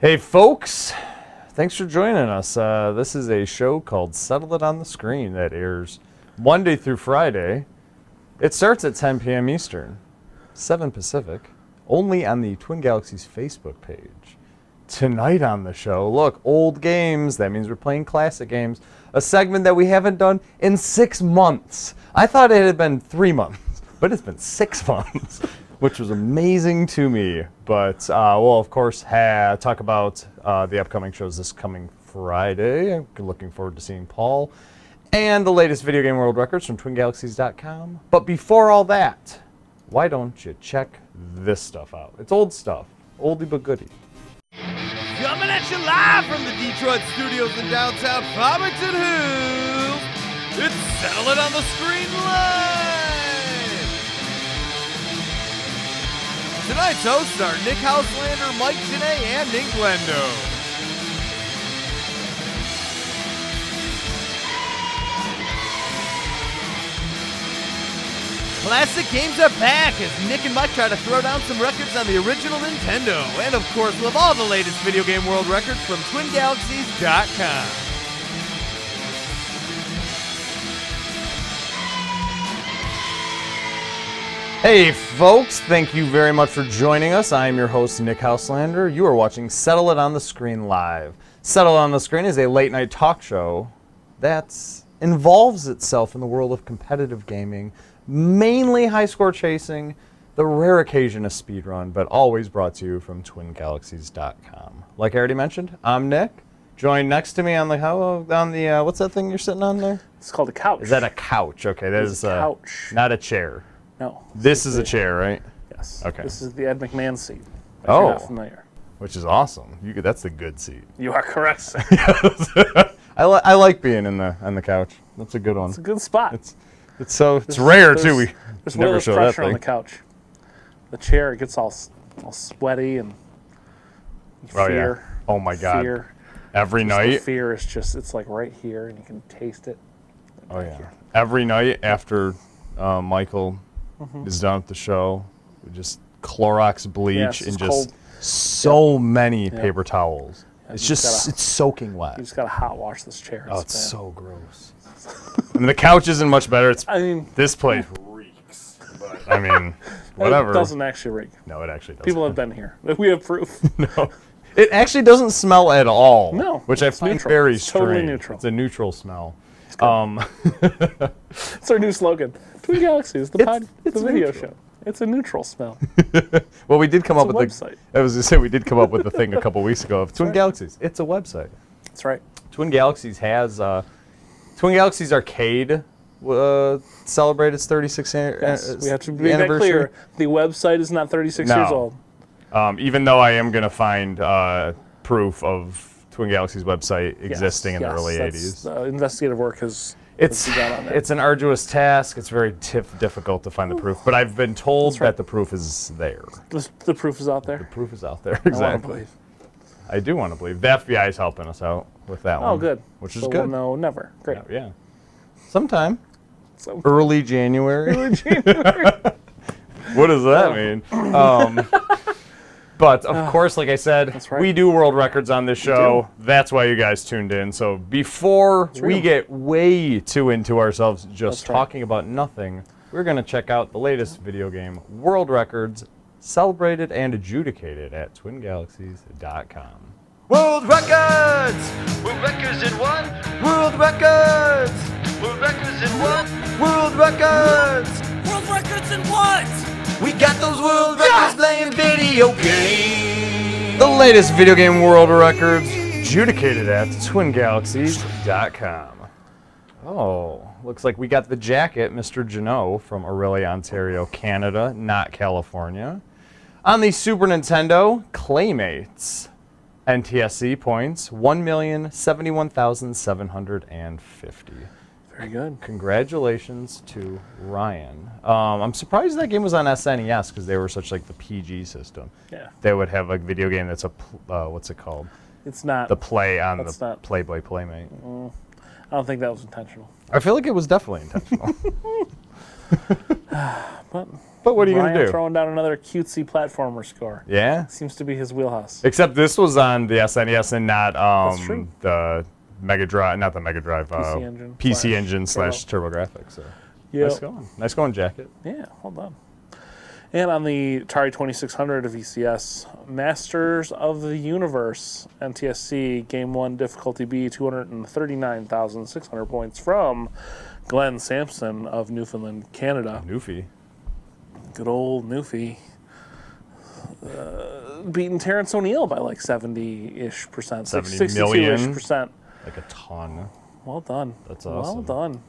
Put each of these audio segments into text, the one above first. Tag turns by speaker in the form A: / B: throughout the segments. A: Hey, folks. Thanks for joining us. Uh, this is a show called Settle It on the Screen that airs Monday through Friday. It starts at 10 p.m. Eastern, 7 Pacific, only on the Twin Galaxies Facebook page. Tonight on the show, look, old games. That means we're playing classic games, a segment that we haven't done in six months. I thought it had been three months, but it's been six months which was amazing to me. But uh, we'll, of course, ha- talk about uh, the upcoming shows this coming Friday. I'm looking forward to seeing Paul and the latest video game world records from twingalaxies.com. But before all that, why don't you check this stuff out? It's old stuff, oldie but goodie.
B: Coming at you live from the Detroit studios in downtown Farmington Hills, it's Settle It on the Screen Live! Tonight's hosts are Nick Houselander, Mike Janae, and Nick Glendo. Classic games are back as Nick and Mike try to throw down some records on the original Nintendo. And of course, we'll have all the latest video game world records from TwinGalaxies.com.
A: Hey, folks, thank you very much for joining us. I am your host, Nick Houselander. You are watching Settle It on the Screen Live. Settle It on the Screen is a late night talk show that involves itself in the world of competitive gaming, mainly high score chasing, the rare occasion a speedrun, but always brought to you from twingalaxies.com. Like I already mentioned, I'm Nick. Joined next to me on the how on the uh, what's that thing you're sitting on there?
C: It's called a couch.
A: Is that a couch? Okay, that is
C: a
A: uh,
C: couch.
A: not a chair.
C: no?
A: This is a chair, right?
C: Yes.
A: okay.
C: This is the Ed McMahon seat. If
A: Oh.
C: You're not familiar.
A: which is awesome. You could, that's the good seat.
C: You are correct. Sir.
A: I, li- I like being in the on the couch. That's a good one.
C: It's a good spot.
A: It's, it's so it's rare too.
C: There's-
A: We
C: there's way
A: never
C: less
A: show that
C: pressure on
A: thing.
C: the couch. The chair it gets all s- all sweaty and
A: oh
C: fear.
A: yeah. Oh my god.
C: Fear.
A: Every
C: The
A: night.
C: fear is just it's like right here and you can taste it.
A: Oh yeah. Every night after uh, Michael
C: Mm-hmm.
A: is done with the show, we just Clorox bleach
C: it's
A: and just
C: just cold.
A: so many paper towels. It's
C: you've
A: just
C: gotta-
A: it's soaking wet.
C: You just gotta hot wash this chair.
A: oh, it's
C: bad.
A: so gross. I mean, the couch isn't much better. It's
C: I mean,
A: this place reeks. But I mean, whatever.
C: It doesn't actually reek.
A: No, it actually doesn't.
C: People have been here. We have proof.
A: no. It actually doesn't smell at all.
C: No,
A: which I
C: it's
A: find
C: neutral.
A: very
C: It's
A: strange.
C: totally neutral.
A: It's a neutral smell.
C: It's our new slogan. Twin Galaxies, the pod,
A: it's
C: the video
A: neutral.
C: show. It's a neutral smell.
A: Well, we did come up
C: a
A: with
C: website.
A: the. I was gonna say we did come up with the thing a couple weeks ago of Twin
C: right.
A: Galaxies. It's a website.
C: That's right.
A: Twin Galaxies has uh, Twin Galaxies Arcade uh, celebrated its 36th an-
C: Yes,
A: uh,
C: we have to make that
A: anniversary.
C: clear. The website is not 36
A: No.
C: years old.
A: Um, even though I am gonna find uh, proof of Twin Galaxies website
C: Yes,
A: existing in
C: yes,
A: the early 80s.
C: that's- The investigative work is.
A: It's
C: you got on there.
A: it's an arduous task. It's very tif- difficult to find the proof, but I've been told that the proof is there.
C: The, the proof is out there.
A: Proof is out there.
C: I want to
A: Exactly.
C: believe.
A: I, do want to believe the FBI is helping us out with that one.
C: Oh, good.
A: Mm-hmm. Which is
C: So
A: good.
C: We'll know never. Great.
A: Yeah, yeah. Sometime
C: So,
A: early January. what does
C: Oh.
A: that mean? Um, but of course, like I said,
C: Ah, right.
A: we do world records on this show. That's why you guys tuned in. So before we
C: real.
A: get way too into ourselves just
C: That's right.
A: talking about nothing, we're going to check out the latest video game world records celebrated and adjudicated at twingalaxies.com.
B: World records! World records in one. World records! World records in one. World records!
D: World records in what?
B: We got those world records playing video games.
A: The latest video game world records adjudicated at twingalaxies.com. Oh, looks like we got the jacket, Mr. Janot from Orillia, Ontario, Canada, not California. On the Super Nintendo, Claymates. NTSC points 1,071,750.
C: very good.
A: Congratulations to Ryan. Um, I'm surprised that game was on SNES because they were such like the PG system
C: Yeah.
A: they would have a video game that's a pl- uh, what's it called
C: It's not.
A: the play on
C: That's
A: the
C: not-
A: playboy playmate
C: I don't think that was intentional.
A: i feel like it was definitely intentional
C: But
A: But what are you going to
C: Ryan
A: do?
C: throwing down another cutesy platformer score.
A: yeah.
C: Seems to be his wheelhouse.
A: Except this was on the SNES and not um,
C: true.
A: the Mega Drive, not the Mega Drive, uh,
C: PC Engine
A: PC
C: slash
A: Engine slash TurboGrafx. So
C: Yep.
A: nice going, nice going, jacket.
C: Yeah, hold on. And on the Atari 2600 of ECS, Masters of the Universe, MTSC, Game 1, Difficulty B, 239,600 points from Glenn Sampson of Newfoundland, Canada.
A: Newfie.
C: Good old Newfie. Uh, beating Terrence O'Neill by like 70 ish percent,
A: 70
C: 62-ish
A: million.
C: percent.
A: like a ton.
C: Well done.
A: That's
C: Well
A: awesome.
C: done.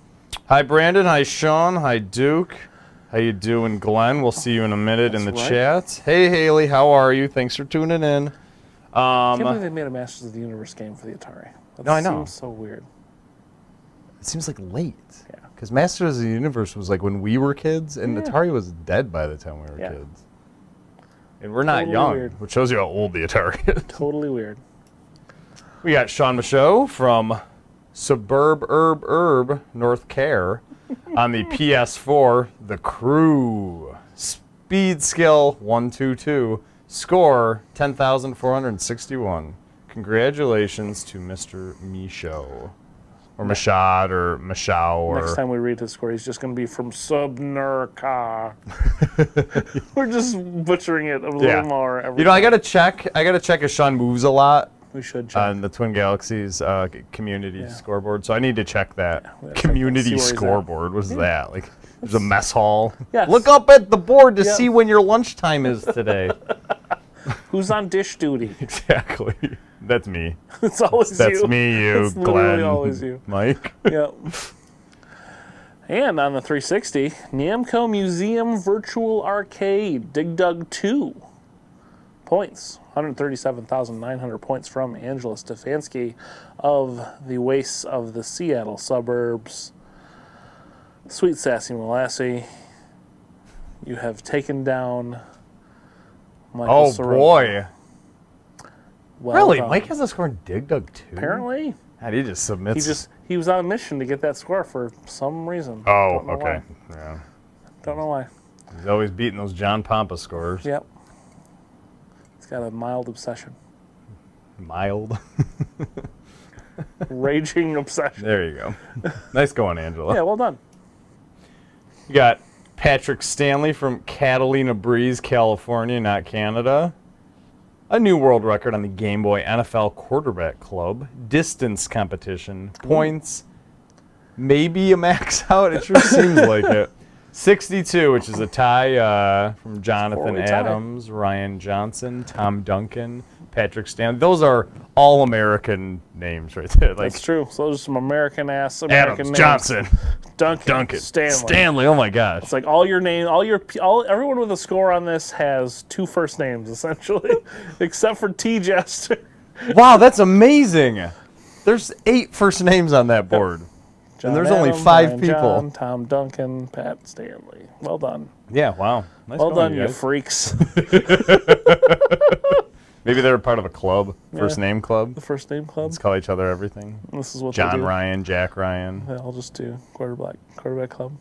A: Hi Brandon. Hi Sean. Hi Duke. How you doing, Glenn? We'll see you in a minute in the
C: That's right.
A: chat. Hey Haley, how are you? Thanks for tuning in. Um,
C: I can't believe they made a Masters of the Universe game for the Atari. That
A: No, I know.
C: seems so weird.
A: It seems like late.
C: Yeah.
A: Because Masters of the Universe was like when we were kids, and
C: Yeah.
A: Atari was dead by the time we were
C: Yeah.
A: kids. And we're not
C: Totally
A: young,
C: weird.
A: which shows you how old the Atari is.
C: Totally weird.
A: We got Sean Michaud from Suburb Herb Herb North Care on the PS4, The Crew. Speed skill 122. Score 10,461. Congratulations to Mr. Michaud. Or Machad or Michaud or.
C: Next time we read his score, he's just going to be from Subnurka. We're just butchering it a little
A: Yeah.
C: more. Every
A: You know, I
C: time.
A: gotta check. I gotta check if Sean moves a lot
C: We should check.
A: on uh, the Twin Galaxies uh, c- community scoreboard, so I need to check that
C: we gotta check that, see
A: community
C: where he's at.
A: scoreboard. What's that? Like, there's a mess hall.
C: Yes.
A: Look up at the board to
C: Yep.
A: see when your lunchtime is today.
C: Who's on dish duty?
A: exactly. That's me.
C: It's always
A: That's
C: you.
A: me. You,
C: It's literally
A: Glenn,
C: always you.
A: Mike.
C: Yep. And on the 360, Namco Museum Virtual Arcade Dig Dug 2. Points 137,900 points from Angela Stefanski of the Wastes of the Seattle Suburbs. Sweet Sassy Molassie, you have taken down Michael
A: Oh
C: Soroka.
A: boy.
C: Well
A: Really?
C: done.
A: Mike has a score in Dig Dug too.
C: Apparently,
A: God, he just submits.
C: he just he was on a mission to get that score for some reason.
A: Oh,
C: Don't know
A: okay.
C: why.
A: Yeah.
C: Don't know why.
A: He's always beating those John Pompa scores.
C: Yep. He's got a mild obsession,
A: Mild.
C: raging obsession.
A: There you go. nice going, Angela.
C: Yeah, well done.
A: You got Patrick Stanley from Catalina Breeze, California, not Canada. A new world record on the Game Boy NFL Quarterback Club distance competition. Points, maybe a max out. It sure seems like it. 62, which is a tie uh, from Jonathan
C: four-way tie.
A: Adams, Ryan Johnson, Tom Duncan, Patrick Stanley. Those are all American names right there. Like
C: That's true. So those are some American ass American
A: Adams,
C: names.
A: Johnson,
C: Duncan,
A: Duncan,
C: Stanley.
A: Stanley. Oh my gosh.
C: It's like all your name, all your p- all everyone with a score on this has two first names essentially, except for T Jester.
A: Wow, that's amazing. There's eight first names on that board.
C: John
A: there's only
C: Adam,
A: five
C: Brian
A: people.
C: John, Tom Duncan, Pat Stanley. Well done.
A: Yeah, wow. Nice
C: Well
A: going,
C: done,
A: you
C: you
A: guys.
C: freaks.
A: Maybe they're part of a club, first
C: Yeah.
A: name club.
C: the first name club.
A: Let's call each other everything.
C: This is what they
A: John
C: do.
A: Ryan, Jack Ryan.
C: Yeah, I'll just do quarterback quarterback club.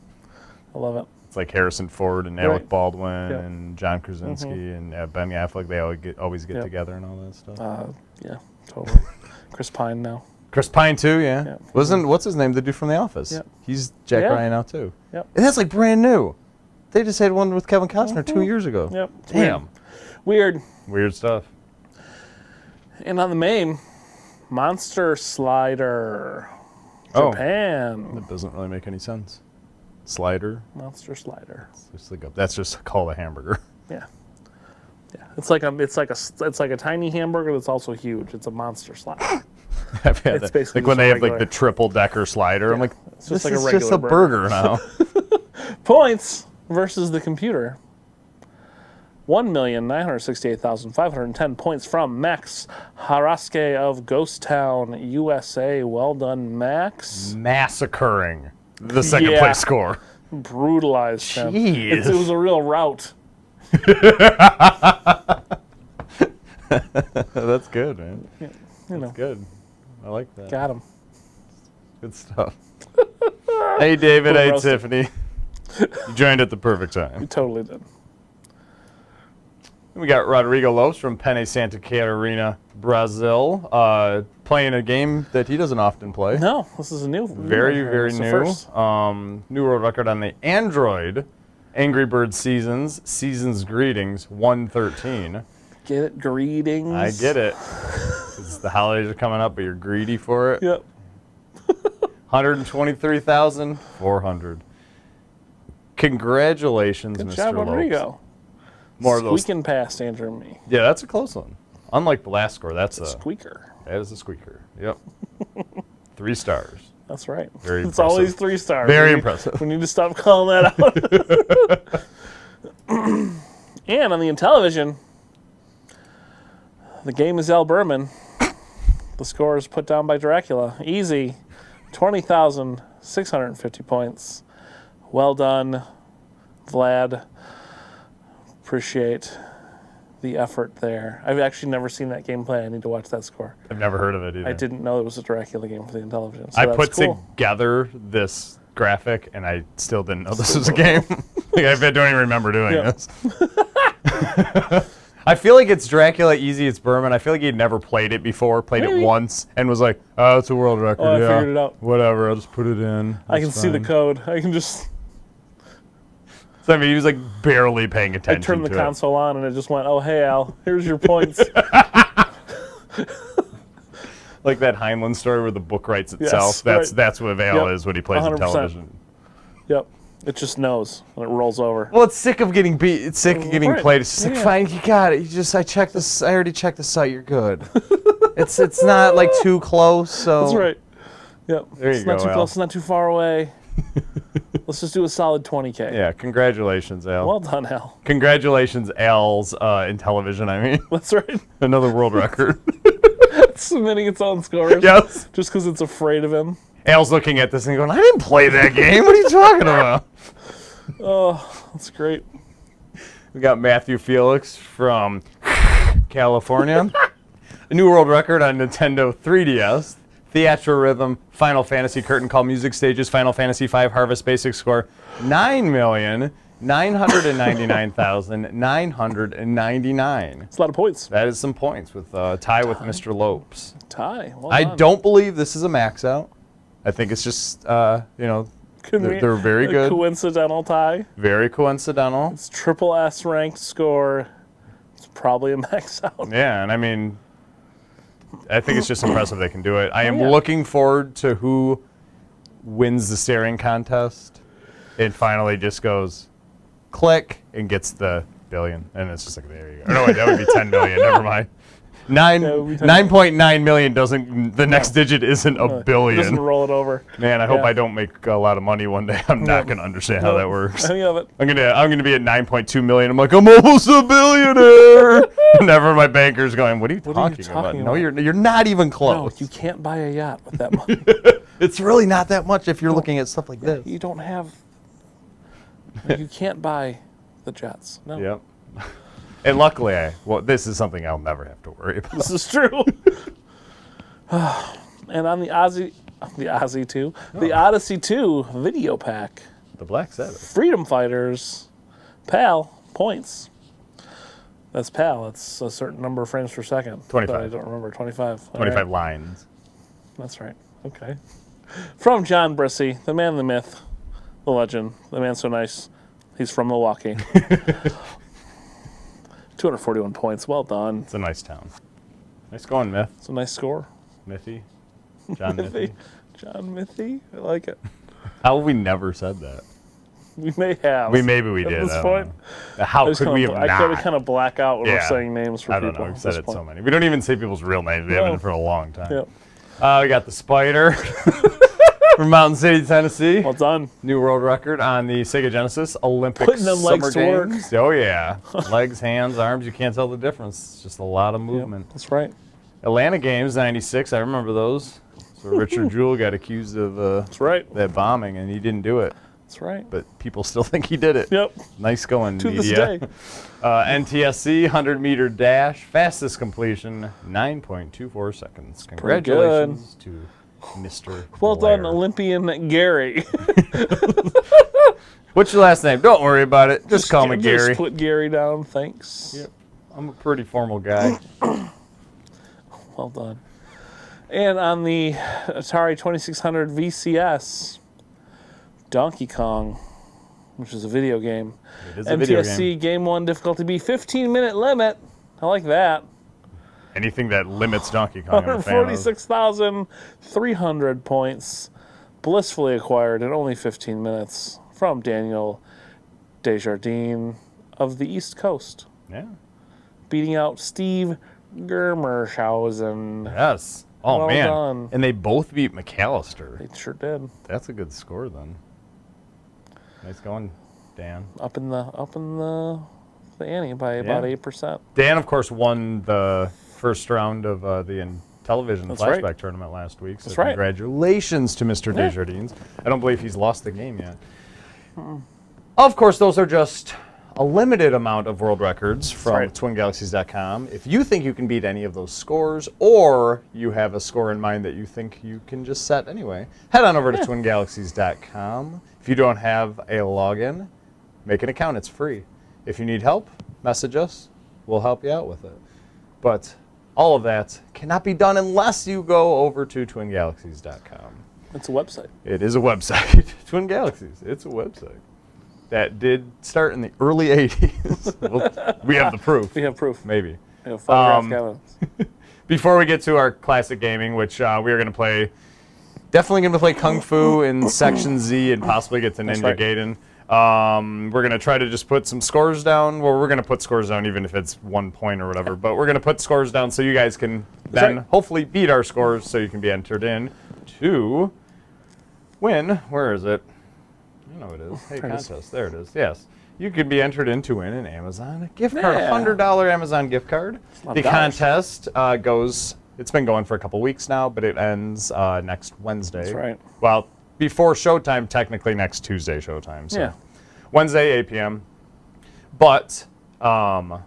C: I love it.
A: It's like Harrison Ford and Alec
C: Right.
A: Baldwin
C: Yeah. Mm-hmm.
A: and John Krasinski and uh, Ben Affleck. They always get, always get
C: Yeah.
A: together and all that stuff.
C: Uh, yeah, totally. Chris Pine now.
A: Chris Pine too, yeah.
C: yeah.
A: Wasn't what's his name? The dude from The Office.
C: Yeah.
A: He's Jack
C: Yeah.
A: Ryan out too.
C: Yep.
A: And that's like brand new. They just had one with Kevin Costner
C: Mm-hmm.
A: two years ago.
C: Yep. It's weird.
A: Damn.
C: Weird.
A: Weird stuff.
C: And on the main, Monster Slider.
A: Oh.
C: Japan.
A: That doesn't really make any sense. Slider.
C: Monster Slider.
A: It's like a, that's just called a hamburger.
C: Yeah. Yeah. It's like a it's like a s- it's like a tiny hamburger that's also huge. It's a monster slider.
A: I've had
C: It's
A: that.
C: basically
A: like when
C: just a
A: they have like
C: regular-
A: the triple decker slider. I'm like,
C: It's
A: this
C: just like a
A: is just
C: regular
A: a burger, now.
C: Points versus the computer. 1,968,510 points from Max Haraske of Ghost Town, USA. Well done, Max.
A: Massacring the second
C: Yeah.
A: place score.
C: brutalized him.
A: Jeez.
C: It's- It was a real rout.
A: that's good, man.
C: You know,
A: That's good. I like that.
C: got him.
A: Good stuff. hey, David.
C: We'll
A: Hey,
C: roast it.
A: Tiffany. You joined at the perfect time.
C: You totally did.
A: We got Rodrigo Lopes from Pene Santa Catarina, Brazil, uh, playing a game that he doesn't often play.
C: No, this is a new.
A: Very,
C: new one.
A: very
C: It's the first.
A: new. Um, new world record on the Android Angry Bird Seasons, Seasons Greetings 113.
C: Get it? Greetings.
A: I get it. 'Cause the holidays are coming up, but you're greedy for it.
C: Yep.
A: 123,400. Congratulations,
C: Good
A: Mr.
C: job,
A: Lopes.
C: Rodrigo.
A: More of those.
C: Squeaking past Andrew and me.
A: Yeah, that's a close one. Unlike the last score, that's a
C: Squeaker.
A: That is a squeaker. Yep. Three stars.
C: That's right.
A: Very
C: it's
A: impressive.
C: always three stars.
A: Very
C: We need-
A: impressive.
C: We need to stop calling that out. and on the Intellivision, the game is Al Berman. The score is put down by Dracula. Easy. 20,650 points. Well done, Vlad. Appreciate the effort there. I've actually never seen that gameplay. I need to watch that score.
A: I've never heard of it either.
C: I didn't know it was a Dracula game for the Intellivision. So
A: I
C: that's
A: put
C: cool.
A: together this graphic and I still didn't know this was a game. like, I don't even remember doing
C: Yeah.
A: this. I feel like it's Dracula Easy, it's Berman. I feel like he'd never played it before, played
C: Maybe.
A: it once, and was like, oh, it's a world record.
C: Oh, I
A: yeah.
C: figured it out."
A: Whatever, I'll just put it in.
C: I can
A: That's
C: see the
A: fine."
C: code. I can just
A: So, I mean, he was like barely paying
C: I
A: attention.
C: turned the
A: to it.
C: console on and it just went, "Oh hey Al, here's your points."
A: like that Heinlein story where the book writes
C: Yes,
A: itself. that's
C: right.
A: that's what Vale
C: Yep,
A: is when he plays on
C: 100%.
A: television.
C: yep. It just knows and it rolls over.
A: Well, it's sick of getting beat. It's sick of getting
C: Right.
A: played. It's just like,
C: Yeah.
A: fine, you got it. You just, I checked this. I already checked the site. You're good. it's, it's not like too close. So
C: That's right. Yep.
A: There you
C: it's not
A: go,
C: too
A: Al.
C: close, it's not too far away. Let's just do a solid 20k.
A: Yeah, congratulations, Al.
C: Well done, Al.
A: congratulations, Al's uh, in television. I mean,
C: That's right.
A: another world record.
C: Submitting its own scores.
A: yes.
C: Just because it's afraid of him.
A: Al's looking at this and going, I didn't play that game. What are you talking about?
C: Oh, That's great.
A: We got Matthew Felix from California. a new world record on Nintendo 3DS. Theatro Rhythm, Final Fantasy Curtain Call Music Stages, Final Fantasy V Harvest Basic Score, 9,999,999.
C: It's a lot of points.
A: That is some points with uh, tie with Mr. Lopes.
C: Tie. Well
A: I
C: done.
A: don't believe this is a max out. I think it's just, uh, you know,
C: Can
A: they're-
C: we-
A: they're very
C: a
A: good.
C: Coincidental tie.
A: very coincidental.
C: It's triple S ranked score. It's probably a max out.
A: Yeah, and I mean, I think it's just impressive they can do it. I am
C: Oh, yeah.
A: looking forward to who wins the staring contest and finally just goes click and gets the billion. And it's just like, there you go. No, wait, that would be 10 million. Never mind. Nine,
C: That would be 10
A: 9.9 million doesn't, the next digit isn't a
C: Doesn't
A: billion.
C: roll it over.
A: Man, I hope
C: yeah.
A: I don't make a lot of money one day. I'm not
C: Nope.
A: going to understand how that works.
C: Any of it.
A: I'm gonna I'm gonna be at 9.2 million. I'm like I'm almost a billionaire. Never my banker's going. What are you,
C: are
A: talking,
C: you
A: about?
C: talking
A: No,
C: about?
A: you're you're not even
C: No,
A: close.
C: you can't buy a yacht with that money.
A: it's really not that much if you're looking at stuff like this.
C: you don't have. You can't buy the jets. No.
A: Yep. and luckily, I well, this is something I'll never have to worry about.
C: This is true. and on the Aussie, the Aussie 2, the Odyssey 2 video pack,
A: The Black Sabbath.
C: Freedom Fighters, PAL, points. That's PAL. It's a certain number of frames per second. that
A: 25.
C: I don't remember. 25. All
A: 25
C: right.
A: lines.
C: That's right. Okay. From John Brissy, the man, the myth, the legend, the man so nice. He's from Milwaukee. 241 points. Well done.
A: It's a nice town. Nice going, Myth.
C: It's a nice score.
A: Mythy. John Mythy.
C: Mythy. John Mithy. I like it.
A: How have we never said that?
C: We may have.
A: We maybe we
C: At
A: did.
C: this
A: I don't
C: point,
A: know. How
C: I was
A: could
C: kind
A: we have
C: of,
A: not?
C: I kind of kind of black out when
A: Yeah.
C: we're saying names for
A: I don't
C: people.
A: know. We've
C: at
A: said
C: this
A: it
C: point.
A: so many. We don't even say people's real names. We
C: No.
A: haven't for a long time.
C: Yep.
A: Uh, we got the spider from Mountain City, Tennessee.
C: Well done.
A: New world record on the Sega Genesis Olympic
C: Putting them
A: Summer
C: legs to work.
A: Games. Oh yeah, legs, hands, arms—you can't tell the difference. It's just a lot of
C: Yep,
A: movement.
C: That's right.
A: Atlanta Games '96. I remember those. So Richard Jewell got accused of uh,
C: That's right.
A: that bombing, and he didn't do it,
C: That's right.
A: but people still think he did it.
C: Yep.
A: Nice going,
C: To
A: media.
C: this day.
A: Uh, NTSC 100 meter dash, fastest completion, 9.24 seconds.
C: pretty good.
A: Congratulations to Mr.
C: Well done,
A: Blair.
C: Olympian Gary.
A: What's your last name? Don't worry about it. Just, call me
C: Just
A: Gary.
C: put Gary down. Thanks.
A: I'm a pretty formal guy.
C: Well done. And on the Atari 2600 VCS, Donkey Kong, which is a video game.
A: It is a video
C: MTSC
A: game.
C: game. one difficulty B, 15 minute limit. I like that.
A: Anything that limits Donkey Kong, I'm a fan of.
C: 146,300 points, blissfully acquired in only 15 minutes from Daniel Desjardins of the East Coast,
A: Yeah.
C: beating out Steve Germershausen.
A: Yes. Oh
C: Well
A: man.
C: done.
A: And they both beat McAllister.
C: It sure did.
A: That's a good score then. Nice going, Dan.
C: up in the up in the the ante by about
A: Yeah.
C: eight percent.
A: Dan, of course, won the first round of uh, the in- television
C: That's
A: flashback
C: right.
A: tournament last week. So
C: That's right.
A: congratulations to Mr.
C: Yeah.
A: Desjardins. I don't believe he's lost the game yet. Of course, those are just a limited amount of world records from
C: right.
A: twingalaxies.com. If you think you can beat any of those scores, or you have a score in mind that you think you can just set anyway, head on over to twingalaxies.com. If you don't have a login, make an account. It's free. If you need help, message us. We'll help you out with it. But all of that cannot be done unless you go over to twingalaxies.com.
C: It's a website.
A: It is a website. Twin Galaxies. It's a website. That did start in the early 80s. Well, we have the proof.
C: We have proof. We
A: Maybe.
C: have photographic
A: Um,
C: evidence.
A: Before we get to our classic gaming, which uh, we are going to play, definitely going to play Kung Fu in Section Z and possibly get to Ninja
C: right.
A: Gaiden. Um, we're going to try to just put some scores down. Well, we're going to put scores down even if it's one point or whatever, but we're going to put scores down so you guys can then
C: right.
A: hopefully beat our scores so you can be entered in to win. Where is it? I know it is. Hey,
C: There it is.
A: contest. There it is. Yes. You could be entered in to win an Amazon gift card, a
C: Yeah.
A: hundred dollar Amazon gift card.
C: lot
A: The
C: of dollars.
A: contest uh, goes. It's been going for a couple weeks now, but it ends uh, next Wednesday.
C: That's right.
A: Well, before showtime, technically next Tuesday showtime. So
C: Yeah.
A: Wednesday 8 p.m. But um,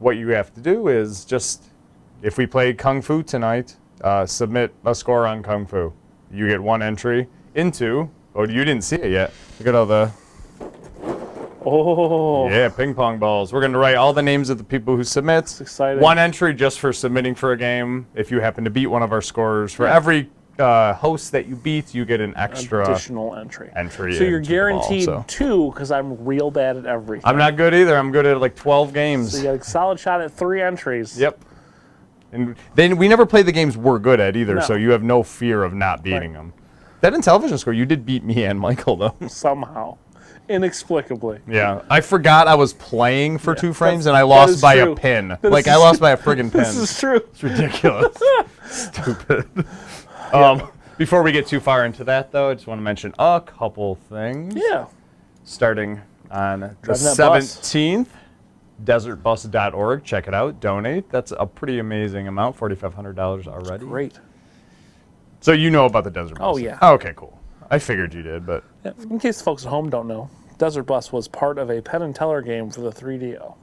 A: what you have to do is just if we play kung fu tonight, uh, submit a score on kung fu. You get one entry into. Oh, you didn't see it yet. Look at all the
C: Oh,
A: yeah ping pong balls. We're going to write all the names of the people who submit.
C: exciting.
A: One entry just for submitting for a game. If you happen to beat one of our scores, for every uh, host that you beat, you get an extra
C: additional entry.
A: entry.
C: So you're
A: into the ball,
C: guaranteed
A: so.
C: two because I'm real bad at everything.
A: I'm not good either. I'm good at like 12 games.
C: so you got a solid shot at three entries.
A: Yep. And then we never play the games we're good at either,
C: No.
A: so you have no fear of not beating them. That in television score, you did beat me and Michael though.
C: Somehow, inexplicably.
A: yeah, I forgot I was playing for two frames and I
C: that
A: lost
C: is
A: by a
C: true.
A: pin.
C: This
A: like I
C: is-
A: lost by a friggin' pin.
C: This is true.
A: It's ridiculous. Stupid. Um, before we get too far into that though, I just want to mention a couple things.
C: Yeah.
A: starting on the
C: Driving that bus.
A: 17th. Desertbus.org. Check it out. Donate. That's a pretty amazing amount, $4,500 already.
C: Great.
A: So you know about the desert bus?
C: Oh, yeah.
A: okay, cool. I figured you did, but
C: Yeah, In case folks at home don't know, Desert Bus was part of a Penn and Teller game for the 3DO.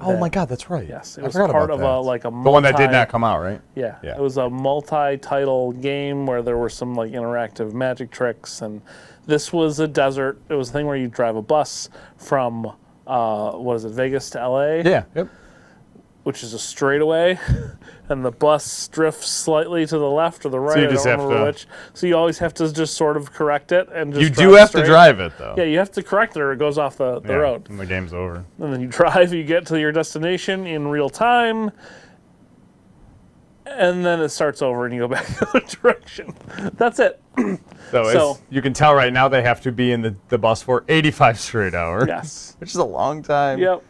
A: oh my god, that's right.
C: Yes, it
A: I
C: was
A: forgot
C: part
A: about
C: of
A: that.
C: a like
A: the
C: a
A: one that did
C: multi-
A: not come out, right?
C: Yeah,
A: Yeah.
C: it was a multi-title game where there were some like interactive magic tricks, and this was a desert. It was a thing where you drive a bus from uh, what is it, Vegas to L.A.,
A: Yeah. Yep.
C: which is a straightaway, and the bus drifts slightly to the left or the right.
A: you
C: I
A: just
C: don't
A: have to-
C: remember which. So you always have to just sort of correct it and just
A: you
C: drive
A: do have
C: straight.
A: to drive it though.
C: Yeah, you have to correct it or it goes off the, the
A: Yeah,
C: road.
A: and the game's over.
C: And then you drive, you get to your destination in real time, and then it starts over and you go back the other direction. That's it.
A: So,
C: So-
A: it's, you can tell right now they have to be in the, the bus for 85 straight hours.
C: Yes.
A: Which is a long time.
C: Yep.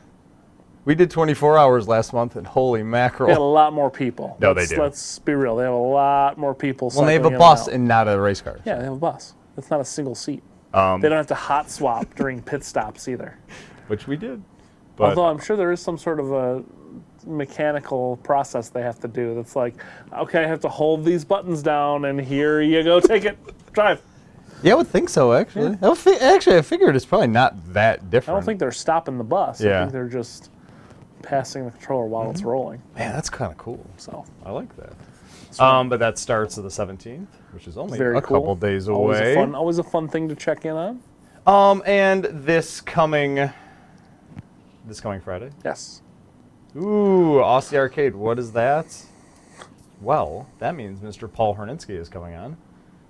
A: We did 24 hours last month, and holy mackerel.
C: They have a lot more people.
A: No, they
C: Let's-
A: do.
C: Let's be real. They have a lot more people.
A: Well, they have
C: cycling
A: a
C: in
A: bus
C: out.
A: and not a race car.
C: yeah, they have a bus. It's not a single seat.
A: Um,
C: they don't have to hot swap during pit stops either.
A: Which we did. But
C: Although I'm sure there is some sort of a mechanical process they have to do that's like, okay, I have to hold these buttons down, and here you go, take it, drive.
A: yeah, I would think so. Actually, I would fi- actually, I figured it's probably not that
C: I
A: different.
C: don't think they're stopping the bus.
A: Yeah.
C: I think they're just passing the controller while
A: Mm-hmm.
C: it's rolling.
A: Man, that's kind of cool.
C: So
A: I like that. Um, but that starts the 17th, which is only
C: very
A: a
C: cool.
A: couple days
C: Always
A: away.
C: a fun, always a fun thing to check in on.
A: Um, and this coming, this coming Friday.
C: Yes.
A: Ooh, Aussie Arcade. What is that? Well, that means Mr. Paul Herninski is coming on,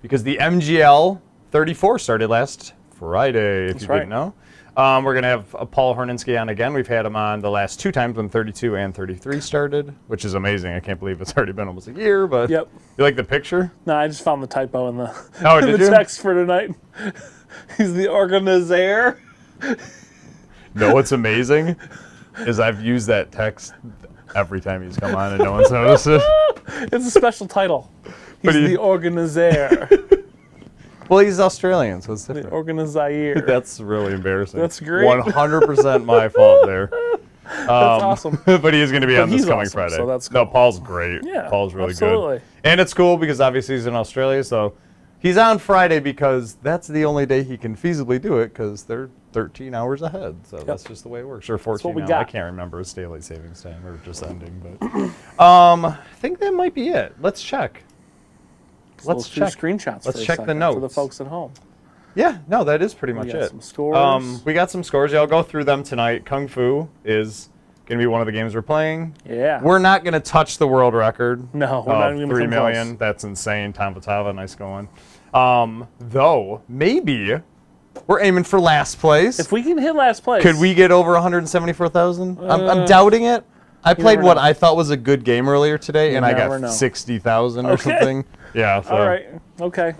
A: because the MGL 34 started last Friday. If
C: That's
A: you
C: right.
A: didn't know, um, we're gonna have uh, Paul Herninski on again. We've had him on the last two times when 32 and 33 started, which is amazing. I can't believe it's already been almost a year. But
C: Yep.
A: you like the picture?
C: No, I just found the typo in the,
A: Oh,
C: in
A: did
C: the
A: you?
C: text for tonight. He's the organizer.
A: No, what's amazing is I've used that text every time he's come on and no one's noticed it.
C: It's a special title. He's
A: But he-
C: the organizer.
A: Well, he's Australian, so it's different.
C: organizer. That's
A: That's really embarrassing.
C: That's great.
A: 100% my fault there. Um,
C: awesome.
A: but he is going to be on this
C: he's
A: coming
C: awesome,
A: Friday.
C: so that's
A: No, Paul's great.
C: Yeah,
A: Paul's really
C: absolutely.
A: good. And it's cool because obviously he's in Australia, so he's on Friday because that's the only day he can feasibly do it because they're 13 hours ahead. So that's just the way it works. Or 14
C: we
A: now. I
C: got.
A: can't remember. It's daylight savings time or just ending. But um, I think that might be it. Let's check. Let's
C: Those two
A: check. Let's
C: screenshots. for a
A: check the
C: second for the
A: notes.
C: folks at home.
A: Yeah, no, that is pretty much
C: got
A: it.
C: some scores.
A: Um, we got some scores. Yeah, I'll go through them tonight. Kung Fu is going to be one of the games we're playing.
C: Yeah.
A: We're not going to touch the world record.
C: No, we're not
A: of
C: even gonna
A: three
C: come
A: million.
C: close.
A: That's insane. Tom Vatava, nice going. Um, though maybe we're aiming for last place.
C: if we can hit last place,
A: Could we get over 174,000? I'm, I'm
C: Uh,
A: doubting it. I played
C: never
A: what
C: know.
A: I thought was a good game earlier today, and I
C: never know.
A: got 60,000 or
C: Okay.
A: something. Yeah. So.
C: All right. Oh. Okay.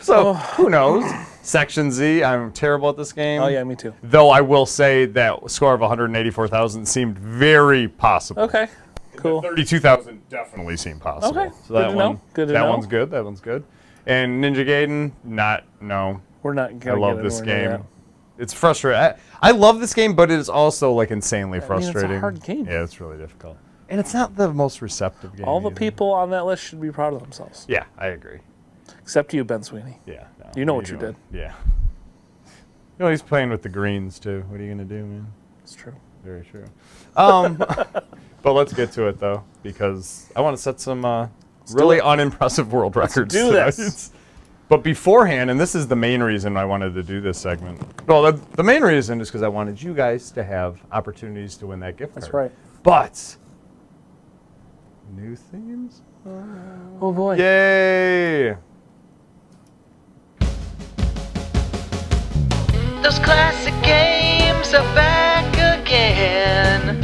A: So who knows? Section Z. I'm terrible at this game.
C: Oh yeah, me too.
A: Though I will say that score of 184,000 seemed very possible.
C: Okay. Cool.
A: 32,000 definitely seemed possible.
C: Okay,
A: So
C: good
A: that
C: to know,
A: one,
C: good to
A: that
C: know.
A: one's good. That one's good. And Ninja Gaiden, not no.
C: We're not
A: I
C: gonna.
A: love
C: get
A: this
C: anywhere near
A: game. It's frustrating. I, I love this game, but it is also like insanely
C: mean, it's a
A: frustrating.
C: hard game.
A: Yeah, it's really difficult. And it's not the most receptive game.
C: that. All the
A: either.
C: people on that list should be proud of themselves,
A: Yeah, I agree.
C: except you, Ben Sweeney.
A: Yeah. no,
C: You know
A: are
C: what you
A: doing? Yeah. You know he's playing with the greens too. What are you gonna do, man?
C: It's true.
A: Very true. Um, but let's get to it though, because I want to set some uh, really unimpressive world records.
C: do
A: tonight.
C: this.
A: But beforehand, and this is the main reason I wanted to do this segment. Well, the, the main reason is because I wanted you guys to have opportunities to win that gift
C: That's
A: card.
C: right.
A: But new themes.
C: Oh boy.
A: Yay!
D: Those classic games are back again.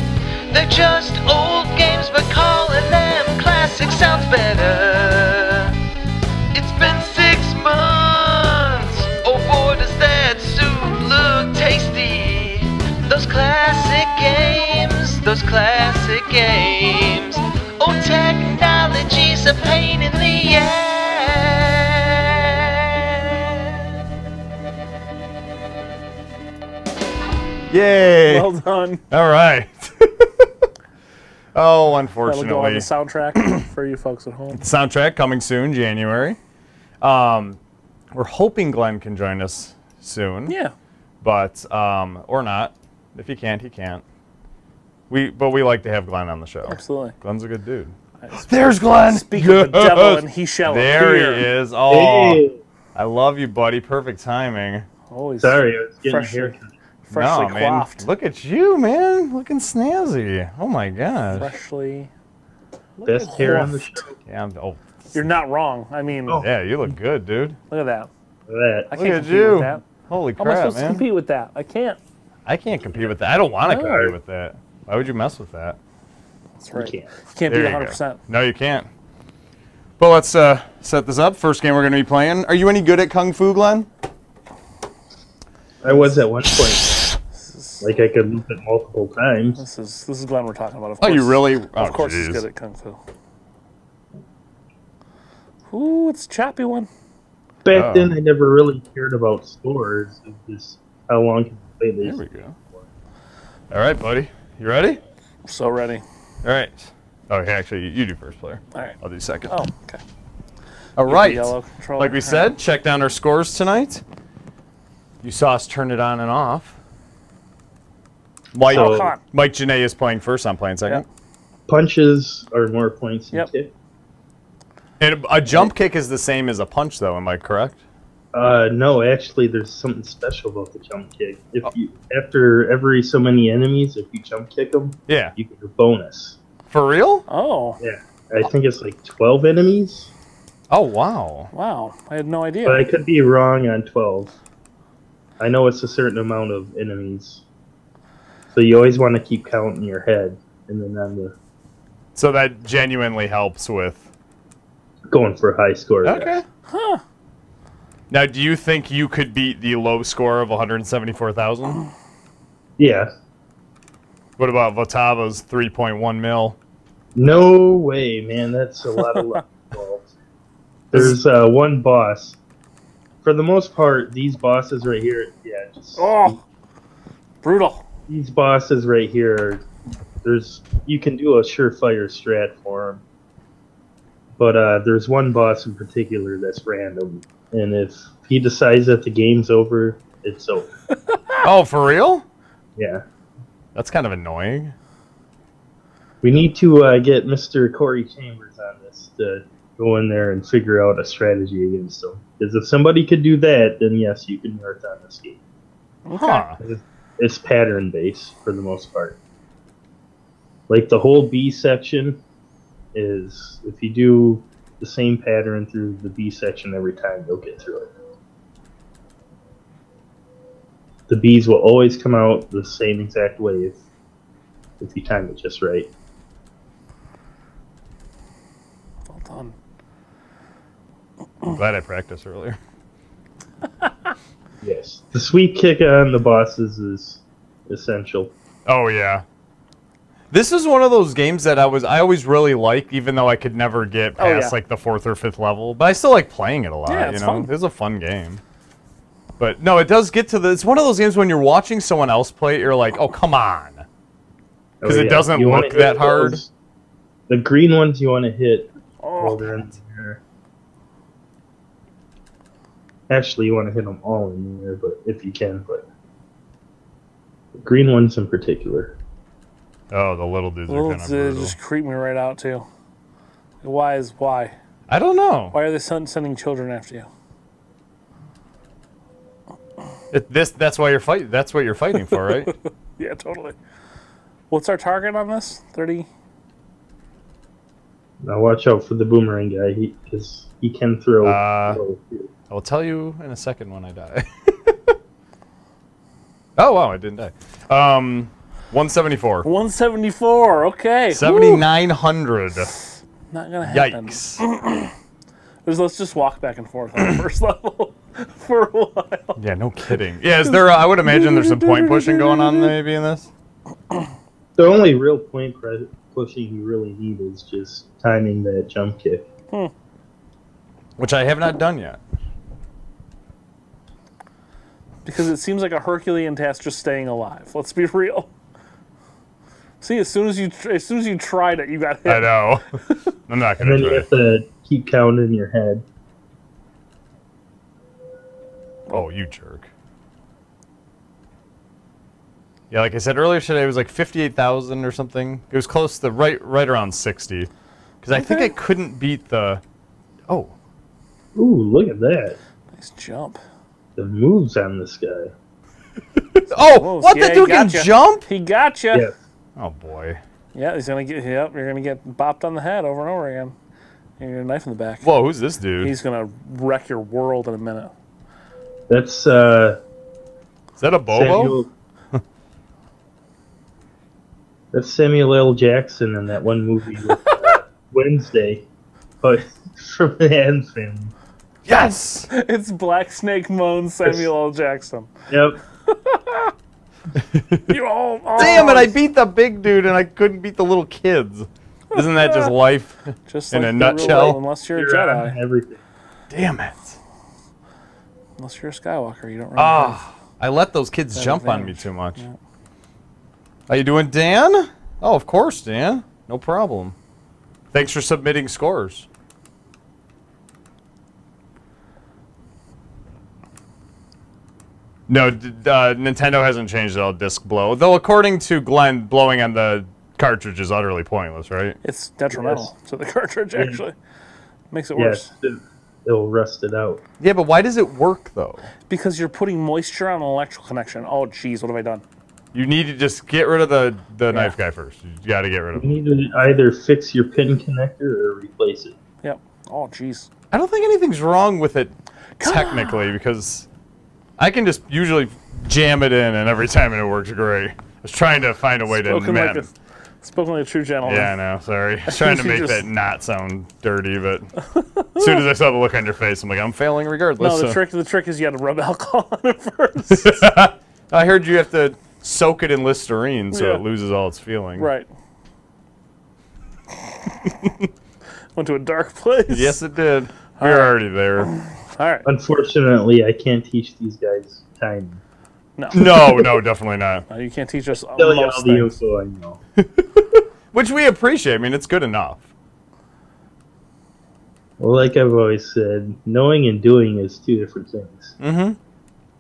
D: They're just old games, but calling them classic sounds better. It's been six months. Oh boy, does that soup look tasty? Those classic games, those classic games. Oh, technology's a pain in the ass.
A: Yay!
C: Well done.
A: All right. oh,
C: That'll go on
A: unfortunately.
C: the soundtrack for you folks at home.
A: soundtrack coming soon, January. Um, we're hoping Glenn can join us soon,
C: Yeah.
A: but um, or not. If he can't, he can't. We but we like to have Glenn on the show.
C: Absolutely.
A: Glenn's a good dude.
C: Nice.
A: There's Glenn.
C: Speak of the devil and he shall
A: There
C: appear.
A: he is. Oh,
E: Hey,
A: I love you, buddy. Perfect timing.
C: Always
E: sorry, I was getting
C: Freshly-
E: a haircut.
C: freshly
A: no, man.
C: coiffed.
A: Look at you, man. Looking snazzy. Oh my gosh.
C: Freshly.
E: Best hair on the show.
C: coiffed.
A: Yeah. I'm, oh,
C: You're not wrong. I mean, look
A: yeah. You look good, dude.
C: at that.
E: Look at
C: I
A: Oh.
E: That.
A: Look at
C: can't compete
A: you.
C: with that.
A: Holy
C: How am I
A: crap,
C: supposed
A: man.
C: to compete with that? I can't.
A: I can't compete with that. I don't want to
C: No.
A: compete with that. Why would you mess with that?
C: That's right.
E: can't.
C: can't
A: There
C: be
A: you
C: 100. percent
A: go. No, you can't. But let's uh, set this up. First game we're going to be playing. Are you any good at kung fu, Glenn?
E: I was at one point. Like I could loop it multiple times.
C: This is this is Glenn we're talking about. Of
A: Oh,
C: course.
A: you really? Oh,
C: Of course, he's good at kung fu. Ooh, it's a choppy one.
E: Back
A: Oh.
E: then, I never really cared about scores. It was just how long can you play
A: Here
E: this?
A: we go. All right, buddy. You ready?
C: So ready.
A: All right. Oh, yeah, actually, you, you do first player.
C: All right.
A: I'll do second.
C: Oh, okay.
A: All right.
C: Yellow controller.
A: Like we said, check down our scores tonight. You saw us turn it on and off. Mike,
E: So-
C: Hot.
A: Mike Janae is playing first. I'm playing second.
C: Oh, Yeah.
E: Punches are more points than
C: Yep.
E: kick.
A: And a jump kick is the same as a punch, though. Am I correct?
E: Uh, no, actually, there's something special about the jump kick. If you after every so many enemies, if you jump kick them,
A: Yeah.
E: you get a bonus.
A: For real?
C: Oh,
E: Yeah, I think it's like 12 enemies,
A: Oh wow.
C: wow. I had no idea.
E: but I could be wrong on 12. I know it's a certain amount of enemies, so you always want to keep count in your head, and then on the
A: So that genuinely helps with.
E: going for a high score. yeah.
A: Okay.
C: Huh.
A: Now, do you think you could beat the low score of 174,000?
E: Yeah.
A: What about Votava's 3.1 mil?
E: No way, man. That's a lot of luck involved. There's uh, one boss. For the most part, these bosses right here, yeah, just
C: Oh, brutal.
E: these bosses right here. There's you can do a surefire strat for them, but uh, there's one boss in particular that's random, and if he decides that the game's over, it's over.
A: Oh, for real?
E: Yeah,
A: That's kind of annoying.
E: we need to uh, get Mr. Corey Chambers on this to go in there and figure out a strategy against them. Because if somebody could do that, then yes, you can marathon this game.
C: Okay.
A: Huh.
E: It's pattern based for the most part. Like the whole B section is if you do the same pattern through the B section every time, you'll get through it. The B's will always come out the same exact way if if you time it just right.
C: Well done.
A: I'm glad I practiced earlier.
E: Yes. The sweet kick on the bosses is essential.
A: Oh yeah. This is one of those games that I was I always really liked, even though I could never get
C: Oh,
A: past
C: yeah.
A: like the fourth or fifth level. But I still like playing it a lot.
C: Yeah,
A: you
C: it's
A: know,
C: fun.
A: it's a fun game. But no, it does get to the. It's one of those games when you're watching someone else play, it, you're like, oh come on. 'Cause
E: Oh,
A: it doesn't
E: wanna
A: look
E: hit
A: that hard.
E: those- The green ones you want to hit while
C: Oh,
E: they're in the air. Actually, you want to hit them all in the air, but if you can, but the green ones in particular.
A: Oh, the little dudes
C: little
A: are kind of
C: dude
A: brutal.
C: just creep me right out too. Why is why?
A: I don't know.
C: Why are they send, sending children after you?
A: It, this that's why you're fight. That's what you're fighting for, right?
C: Yeah, totally. What's our target on this? Thirty.
E: Now watch out for the boomerang guy, because he, can throw.
A: Uh,
E: throw-
A: I will tell you in a second when I die. oh wow, I didn't die. Um, 174.
C: 174. Okay. Woo.
A: 7900
C: Not gonna happen.
A: yikes
C: Just- let's just walk back and forth on the first level for a while.
A: yeah no kidding yeah is there a, i would imagine there's some point pushing going on maybe in this
E: the only real point pre- pushing you really need is just timing that jump kick.
A: which i have not done yet
C: Because it seems like a Herculean task just staying alive. Let's be real. See, as soon as you tr- as soon as you tried it, you got hit.
A: i know i'm not
E: And
A: gonna
E: then
A: do
E: you
A: it
E: have to keep count in your head.
A: oh you jerk yeah like i said earlier today it was like 58000 or something it was close to right right around 60 because i think i
C: Okay.
A: couldn't beat the oh
E: Ooh, look at that.
C: Nice jump.
E: The moves on this guy.
A: oh
C: Close.
A: what the
C: Yeah, he
A: dude can
C: gotcha.
A: jump
C: He got you.
E: Yeah.
A: oh boy
C: Yeah, he's gonna get. Yep, you're gonna get bopped on the head over and over again. And you're a knife in the back.
A: whoa who's this dude
C: He's gonna wreck your world in a minute.
E: That's uh
A: is that a bobo
E: Samuel- That's Samuel L. Jackson in that one movie with, uh, Wednesday, but from the Adams family.
A: yes
C: It's Black Snake Moan Samuel L. Jackson.
E: Yep.
C: You all. all-
A: Damn it, I beat the big dude and I couldn't beat the little kids. Isn't that just life?
C: Just
A: in
C: like
A: a
C: the real
A: nutshell.
C: world, unless you're,
E: You're
C: a
E: on
C: Jedi,
E: everything.
A: Damn it.
C: unless you're a Skywalker, you don't. Really have-
A: Ah, I let those kids jump on me too much. How you doing, Dan? Oh, of course, Dan. No problem. Thanks for submitting scores. No, d- uh, Nintendo hasn't changed all disc blow. Though, according to Glenn, blowing on the cartridge is utterly pointless, right?
C: it's detrimental to the cartridge. Actually, makes it
E: Yes.
C: worse.
E: The, it'll rust it out.
F: Yeah, but why does it work though?
C: Because you're putting moisture on an electrical connection. Oh, geez, what have I done?
A: You need to just get rid of the, the knife guy first. You got to get rid of
E: You
A: him.
E: need to either fix your pin connector or replace it.
C: Yep. Oh, geez.
F: I don't think anything's wrong with it.
A: Technically, because I can just usually jam it in, and every time it works great. I was trying to find a way to
C: Spoken like
A: mend.
C: a, spoken like a true gentleman.
A: yeah, I know. Sorry. I was trying to
C: You
A: make
C: just-
A: that not sound dirty, but as soon as I saw the look on your face, I'm like, I'm failing regardless.
C: No, the
A: so-
C: trick the trick is you got to rub alcohol on it first.
A: I heard you have to soak it in Listerine so
C: Yeah.
A: it loses all its feeling.
C: right. Went to a dark place.
A: Yes, it did. We were already there.
C: All right.
E: Unfortunately, I can't teach these guys time.
C: No.
A: No, no, definitely not.
C: No, You can't teach us
E: Tell you all
C: most
E: the
C: things.
E: info I know.
A: Which we appreciate. I mean, it's good enough.
E: Well, like I've always said, knowing and doing is two different things.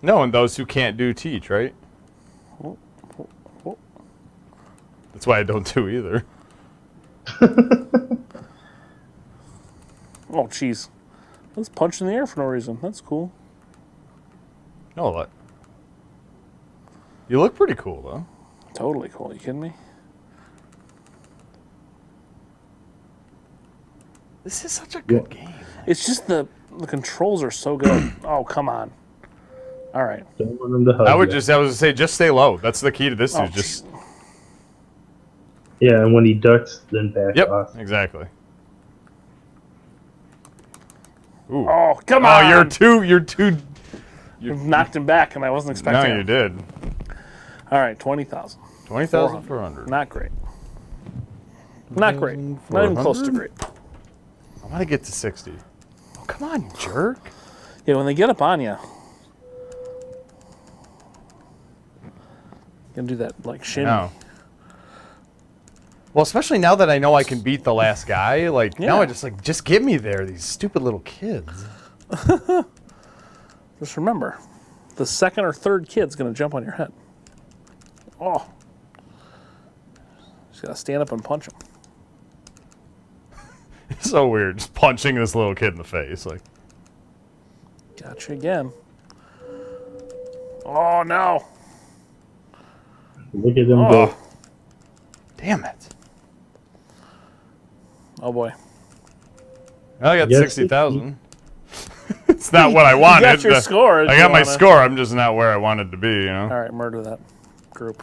A: No, and those who can't do teach, right? That's why I don't do either.
C: Oh, jeez. Let's punch in the air for no reason. That's cool.
A: No, look. You look pretty cool, though.
C: Totally cool. you kidding me?
A: This is such a good game.
C: It's just the the controls are so good. oh, come on. All right.
E: Don't want them to hug
A: I would
E: ya.
A: just, I was gonna say, just stay low. That's the key to this.
C: Oh,
A: is just,
E: Yeah, and when he ducks, then back
A: yep,
E: off.
A: exactly. Ooh.
C: Oh, come
A: Oh,
C: on.
A: you're too. You're too.
C: knocked him back, and I wasn't
A: No,
C: expecting.
A: you
C: it.
A: did.
C: All right, twenty thousand.
A: Twenty thousand four hundred.
C: Not great. Not great. Not even close to
A: 1,400?
C: great.
A: I want to get to sixty. Oh, come on, you jerk.
C: Yeah, when they get up on you, gonna do that like shimmy.
A: No. Well, especially now that I know I can beat the last guy, like now
C: Yeah.
A: I just like just get me there. These stupid little kids.
C: Just remember, the second or third kid's gonna jump on your head. Oh, just gotta stand up and punch him.
A: It's so weird, just punching this little kid in the face. Like,
C: Gotcha again. Oh no!
E: Look at them
C: Oh,
E: go.
A: damn it.
C: oh boy!
A: I got
E: Yes,
A: sixty thousand. it's not what I wanted.
C: your
A: but
C: score,
A: I
C: you
A: got my
C: wanna-
A: score. I'm just not where I wanted to be. You know.
C: All right, murder that group.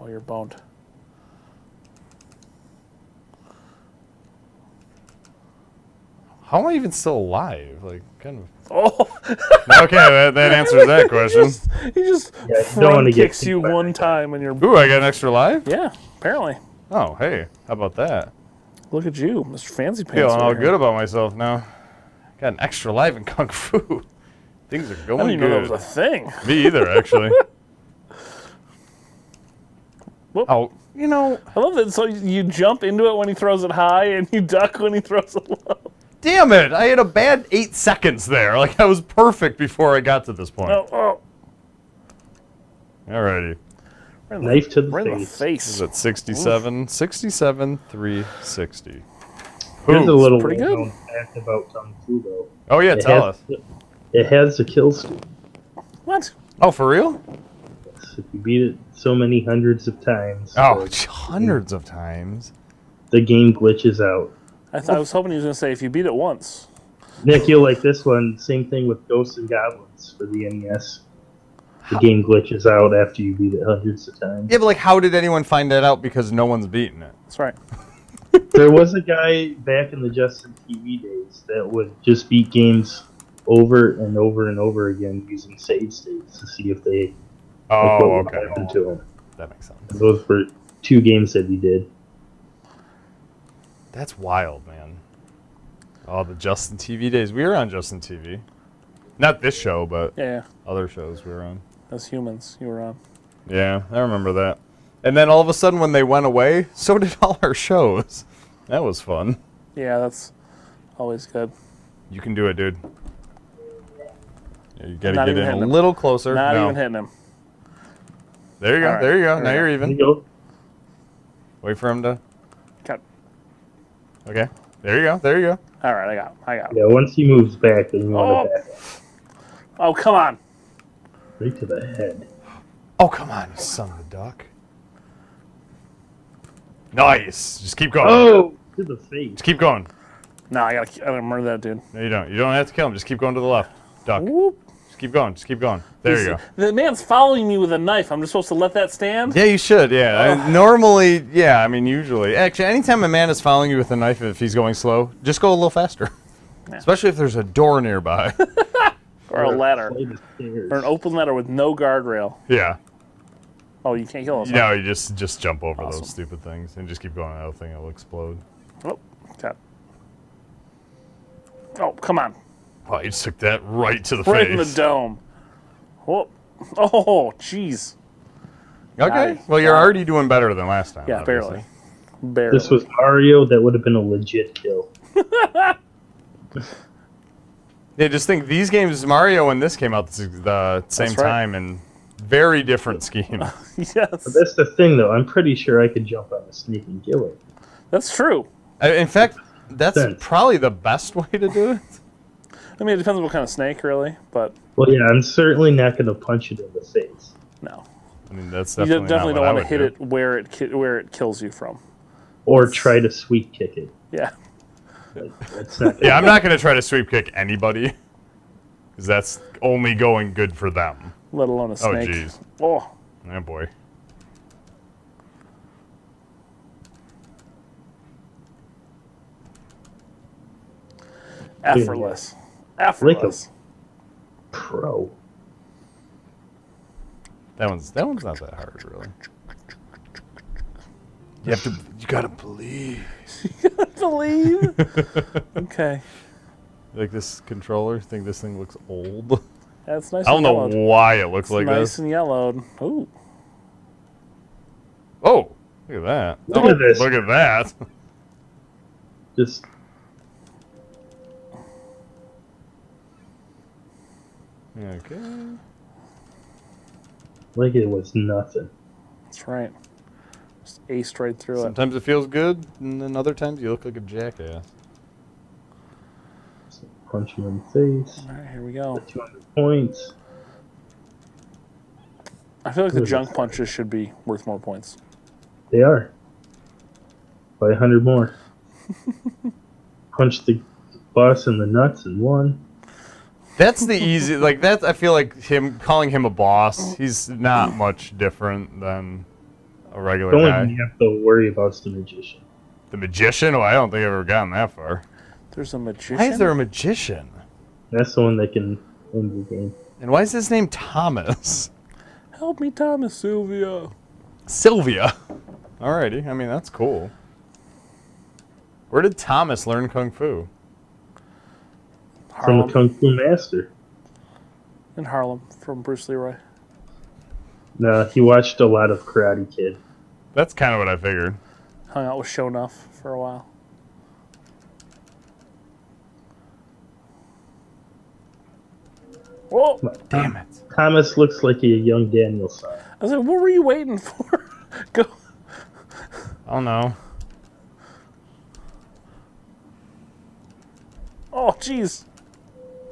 C: Oh, you're boned.
A: How am I even still alive? Like, kind of.
C: Oh.
A: okay, that, that answers that question.
C: He just
E: Yeah, you don't
C: front
E: wanna get
C: kicks
E: kicked
C: you
E: by
C: one time and you're.
A: Ooh, I got an extra life?
C: Yeah, apparently.
A: Oh, hey, how about that?
C: Look at you, Mr. Fancy Pants.
A: Feeling all
C: over here.
A: good about myself now. Got an extra life in Kung Fu. Things are
C: I didn't
A: going
C: even know
A: good.
C: that was a thing.
A: Me either, actually.
C: Whoop.
A: Oh, you know,
C: I love that. So you jump into it when he throws it high, and you duck when he throws it low.
A: damn it! I had a bad eight seconds there. Like, I was perfect before I got to this point.
C: Oh, oh.
A: Alrighty.
C: Right in the-
E: Knife to the
C: right in the
E: face.
A: This is
C: face.
A: at 67, 67, 360.
E: Here's a
A: Ooh.
E: little
C: pretty
E: well-known fact about Kung Fu, though.
A: Oh, yeah,
E: It
A: tell
E: has,
A: us.
E: It has a kill streak.
C: What?
A: Oh, for real?
E: If you beat it so many hundreds of times,
A: Oh,
E: the-
A: hundreds of times.
E: the game glitches out.
C: I, thought, I was hoping he was going to say if you beat it once.
E: Nick, you'll like this one. Same thing with Ghosts and Goblins for the NES. The game glitches out after you beat it hundreds of times.
A: Yeah, but like, how did anyone find that out? Because no one's beaten it.
C: That's right.
E: There was a guy back in the Justin TV days that would just beat games over and over and over again using save states to see if they like,
A: Oh,
E: what would happen
A: okay.
E: to him.
A: That makes sense.
E: Those were two games that he did.
A: That's wild, man. Oh, the Justin TV days. We were on Justin TV. Not this show, but
C: Yeah, yeah.
A: other shows we were on.
C: As humans, you were on.
A: Yeah, I remember that. And then all of a sudden, when they went away, so did all our shows. That was fun.
C: Yeah, that's always good.
A: You can do it, dude. Yeah, you gotta
C: Not
A: get
C: even
A: in
C: hitting
A: a
C: him.
A: little closer.
C: Not
A: No.
C: even hitting him.
A: There you go.
C: All right,
A: There you go.
C: there
A: Now
C: we go.
A: you're
E: There you
A: even.
E: go.
A: Wait for him to.
C: God,
A: Okay. There you go. There you go.
C: All right, I got him. I got him.
E: Yeah, once he moves back, then you want
C: Oh.
E: to back up.
C: Oh, come on.
E: Right to the head.
A: Oh, come on, you son of a duck. Nice. Just keep going.
E: Oh! To the face.
A: Just keep going.
C: No, I gotta, I gotta murder that dude.
A: No, you don't. You don't have to kill him. Just keep going to the left. Duck.
C: Whoop.
A: Just keep going. Just keep going. There you go.
C: The man's following me with a knife. I'm just supposed to let that stand?
A: Yeah, you should. Yeah.
C: Oh.
A: I- normally, yeah. I mean, usually, actually, anytime a man is following you with a knife, if he's going slow, just go a little faster. Especially if there's a door nearby.
C: Or a ladder.
E: Play the stairs.
C: Or an open ladder with no guardrail.
A: yeah.
C: Oh, you can't kill us.
A: No, you just just jump over
C: Awesome.
A: those stupid things and just keep going. That thing will explode.
C: Oh, okay. Oh, come on.
A: Oh, you just took that right to the
C: Right in the
A: face.
C: dome. Whoop. Oh, jeez.
A: okay.
C: Nice.
A: Well, you're already doing better than last time.
C: Yeah,
A: obviously.
C: barely. Barely.
E: This was Mario, that would have been a legit kill.
A: Yeah, just think these games, Mario and this came out the s- the same
C: right.
A: time and very different scheme.
C: yes.
E: That's the thing, though. I'm pretty sure I could jump on the snake and kill it.
C: That's true.
A: I- In fact, that's
E: Sense.
A: probably the best way to do it.
C: I mean, it depends on what kind of snake, really, but
E: Well, yeah, I'm certainly not going to punch it in the face.
C: no.
A: I mean, that's
C: You
A: definitely,
C: definitely
A: not
C: don't
A: what I
C: want to
A: would
C: hit
A: do.
C: it where it ki- where it kills you from.
E: Or try to sweet kick it.
C: Yeah.
E: That's not
A: Yeah, I'm not going to try to sweep kick anybody because that's only going good for them. Oh,
C: Let alone a snake.
A: jeez.
C: Oh,
A: Oh boy.
C: effortless.
E: Lick 'em.
C: Effortless.
E: pro.
A: That one's that one's not that hard, really. You have to. You gotta believe.
C: Believe. okay.
A: Like this controller. Think this thing looks old.
C: That's nice.
A: I don't
C: and
A: know
C: yellowed.
A: why it looks like
C: nice
A: this.
C: and yellowed. Ooh.
A: Oh, look at that.
E: Look
A: Oh,
E: at this.
A: Look at that.
E: Just
A: Okay.
E: like it was nothing.
C: That's right. Just aced right through it.
A: Sometimes it feels good, and then other times you look like a jackass.
E: Just punch him in the face.
C: All right, here we go.
E: 200 points.
C: I feel like the
E: Who is
C: junk punches should be worth more points.
E: They are. By 100 more. Punch the boss in the nuts and one.
A: That's the easy. Like that's. I feel like him calling him a boss. He's not much different than a regular
E: Don't
A: guy.
E: even have to worry about the magician.
A: The magician. Oh, I don't think I've ever gotten that far.
C: There's a magician.
A: Why is there a magician?
E: That's the one that can end the game.
A: And why is his name Thomas?
C: Help me, Thomas Sylvia.
A: Sylvia. Alrighty. I mean, that's cool. Where did Thomas learn kung fu?
E: From the
C: Harlem.
E: Kung Fu Master.
C: In Harlem from Bruce Leroy.
E: No, he watched a lot of Karate Kid.
A: That's kind of what I figured.
C: Hung out with Shonuff for a while. Whoa!
A: Damn it.
E: Thomas looks like a young Daniel son.
C: I was like, what were you waiting for? Go.
A: Oh no.
C: Oh, jeez.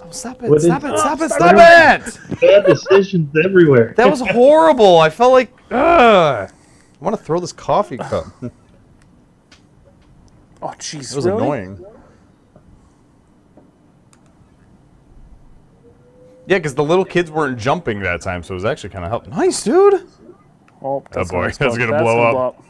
A: Oh, stop it!
E: What is-
A: Stop it! Stop it!
E: stop
A: Stop it!
E: Bad decisions everywhere.
A: That was horrible. I felt like, ugh. I want to throw this coffee cup. It
C: Oh, jeez.
A: was
C: really?
A: annoying. Yeah, because the little kids weren't jumping that time, so it was actually kind of helping. Nice, dude.
C: Oh, that's
A: boy,
C: gonna
A: that's
C: explode.
A: gonna blow up.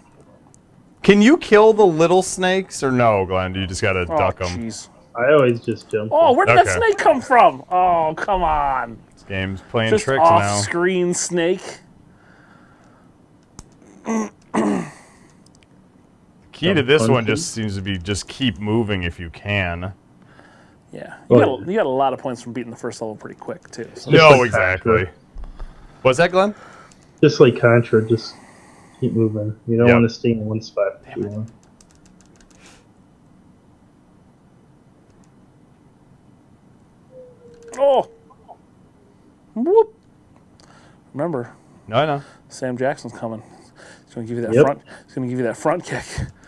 A: Can you kill the little snakes or no, Glenn? You just gotta
C: Oh,
A: duck 'em. duck them.
C: jeez.
E: I always just jump.
C: Oh, where did that
A: Okay.
C: snake come from? Oh, come on.
A: This game's playing
C: Just
A: tricks
C: off
A: now.
C: screen snake.
A: Key to this one
E: Punches.
A: just seems to be just keep moving if you can.
C: Yeah. You,
E: Oh,
C: got a,
E: yeah.
C: you got a lot of points from beating the first level pretty quick, too. So
A: No,
E: like
A: exactly.
E: Contra.
A: Was that Glenn?
E: Just like Contra, just keep moving. You don't
A: Yep.
E: want to stay in one spot for too long.
C: Oh. Whoop. Remember,
A: No, I know.
C: Sam Jackson's coming. He's gonna give you that
E: Yep.
C: front. He's gonna give you that front kick.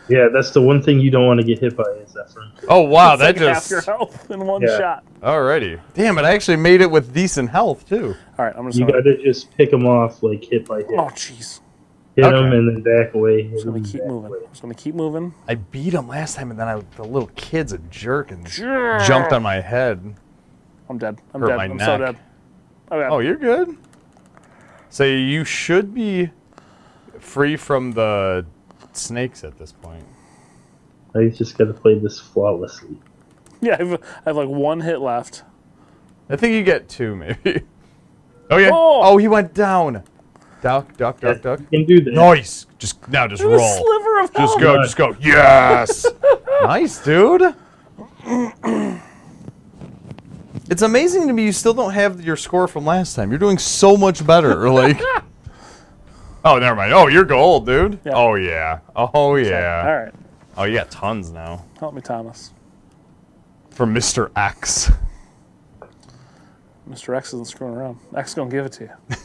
E: Yeah, that's the one thing you don't want to get hit by is that front.
A: Oh wow, that
C: Take half your
A: just
C: health in one
E: Yeah.
C: shot.
A: alrighty. Damn it, I actually made it with decent health too.
C: All right, I'm just
E: You
C: gonna.
E: gotta just pick them off like hit by hit,
C: Oh jeez,
E: hit
A: okay.
E: them and then back away. hit
C: I'm just
E: 'em,
C: gonna keep
E: back
C: moving.
E: away.
C: I'm just gonna keep moving.
A: I beat him last time, and then I, the little kid's a jerk and jumped on my head.
C: I'm dead. I'm
A: Hurt
C: dead.
A: my
C: I'm so
A: neck.
C: dead. I'm dead.
A: Oh, you're good. So you should be free from the snakes at this point.
E: I just gotta play this flawlessly.
C: yeah. I've, I have like one hit left.
A: I think you get two, maybe. Oh yeah.
C: Oh!
A: Oh, he went down. Duck, duck, duck, duck.
E: You can do that.
A: Nice. Just now, just
C: A
A: roll.
C: sliver of health.
A: Just go, just go. Yes. Oh nice, dude. It's amazing to me you still don't have your score from last time. You're doing so much better. Like, oh, never mind. Oh, you're gold, dude.
C: Yeah.
A: Oh yeah. Oh
C: All
A: yeah.
C: right,
A: Oh, you got tons now
C: help me, Thomas.
A: from Mr. X.
C: Mr. X isn't screwing around. X gonna give it to you.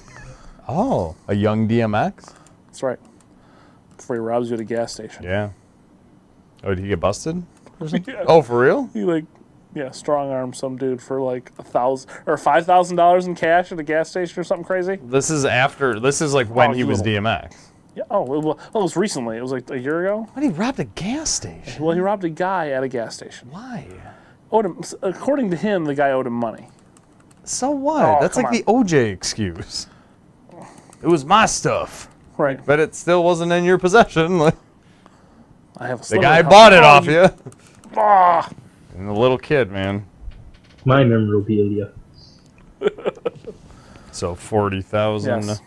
A: Oh, a young DMX.
C: That's right. Before he robs you at a gas station.
A: Yeah. Oh, did he get busted? or something?
C: Yeah.
A: Oh, for real?
C: He like, yeah, strong arm some dude for like a thousand or five thousand dollars in cash at a gas station or something crazy.
A: This is after. This is like when
C: Oh,
A: he was
C: little-
A: DMX.
C: Yeah. Oh, well, well, it was recently. It was like a year ago.
A: But he robbed a gas station.
C: Well, he robbed a guy at a gas station.
A: Why?
C: Owed him, according to him, the guy owed him money.
A: So what?
C: Oh,
A: That's
C: come
A: like the OJ excuse. It was my stuff,
C: Right.
A: but it still wasn't in your possession. Like,
C: I have a
A: the
C: sliver
A: guy
C: of
A: bought it
C: health. Oh,
A: off you.
C: Ah,
A: And the little kid, man.
E: My memorabilia.
A: So forty thousand
C: Yes,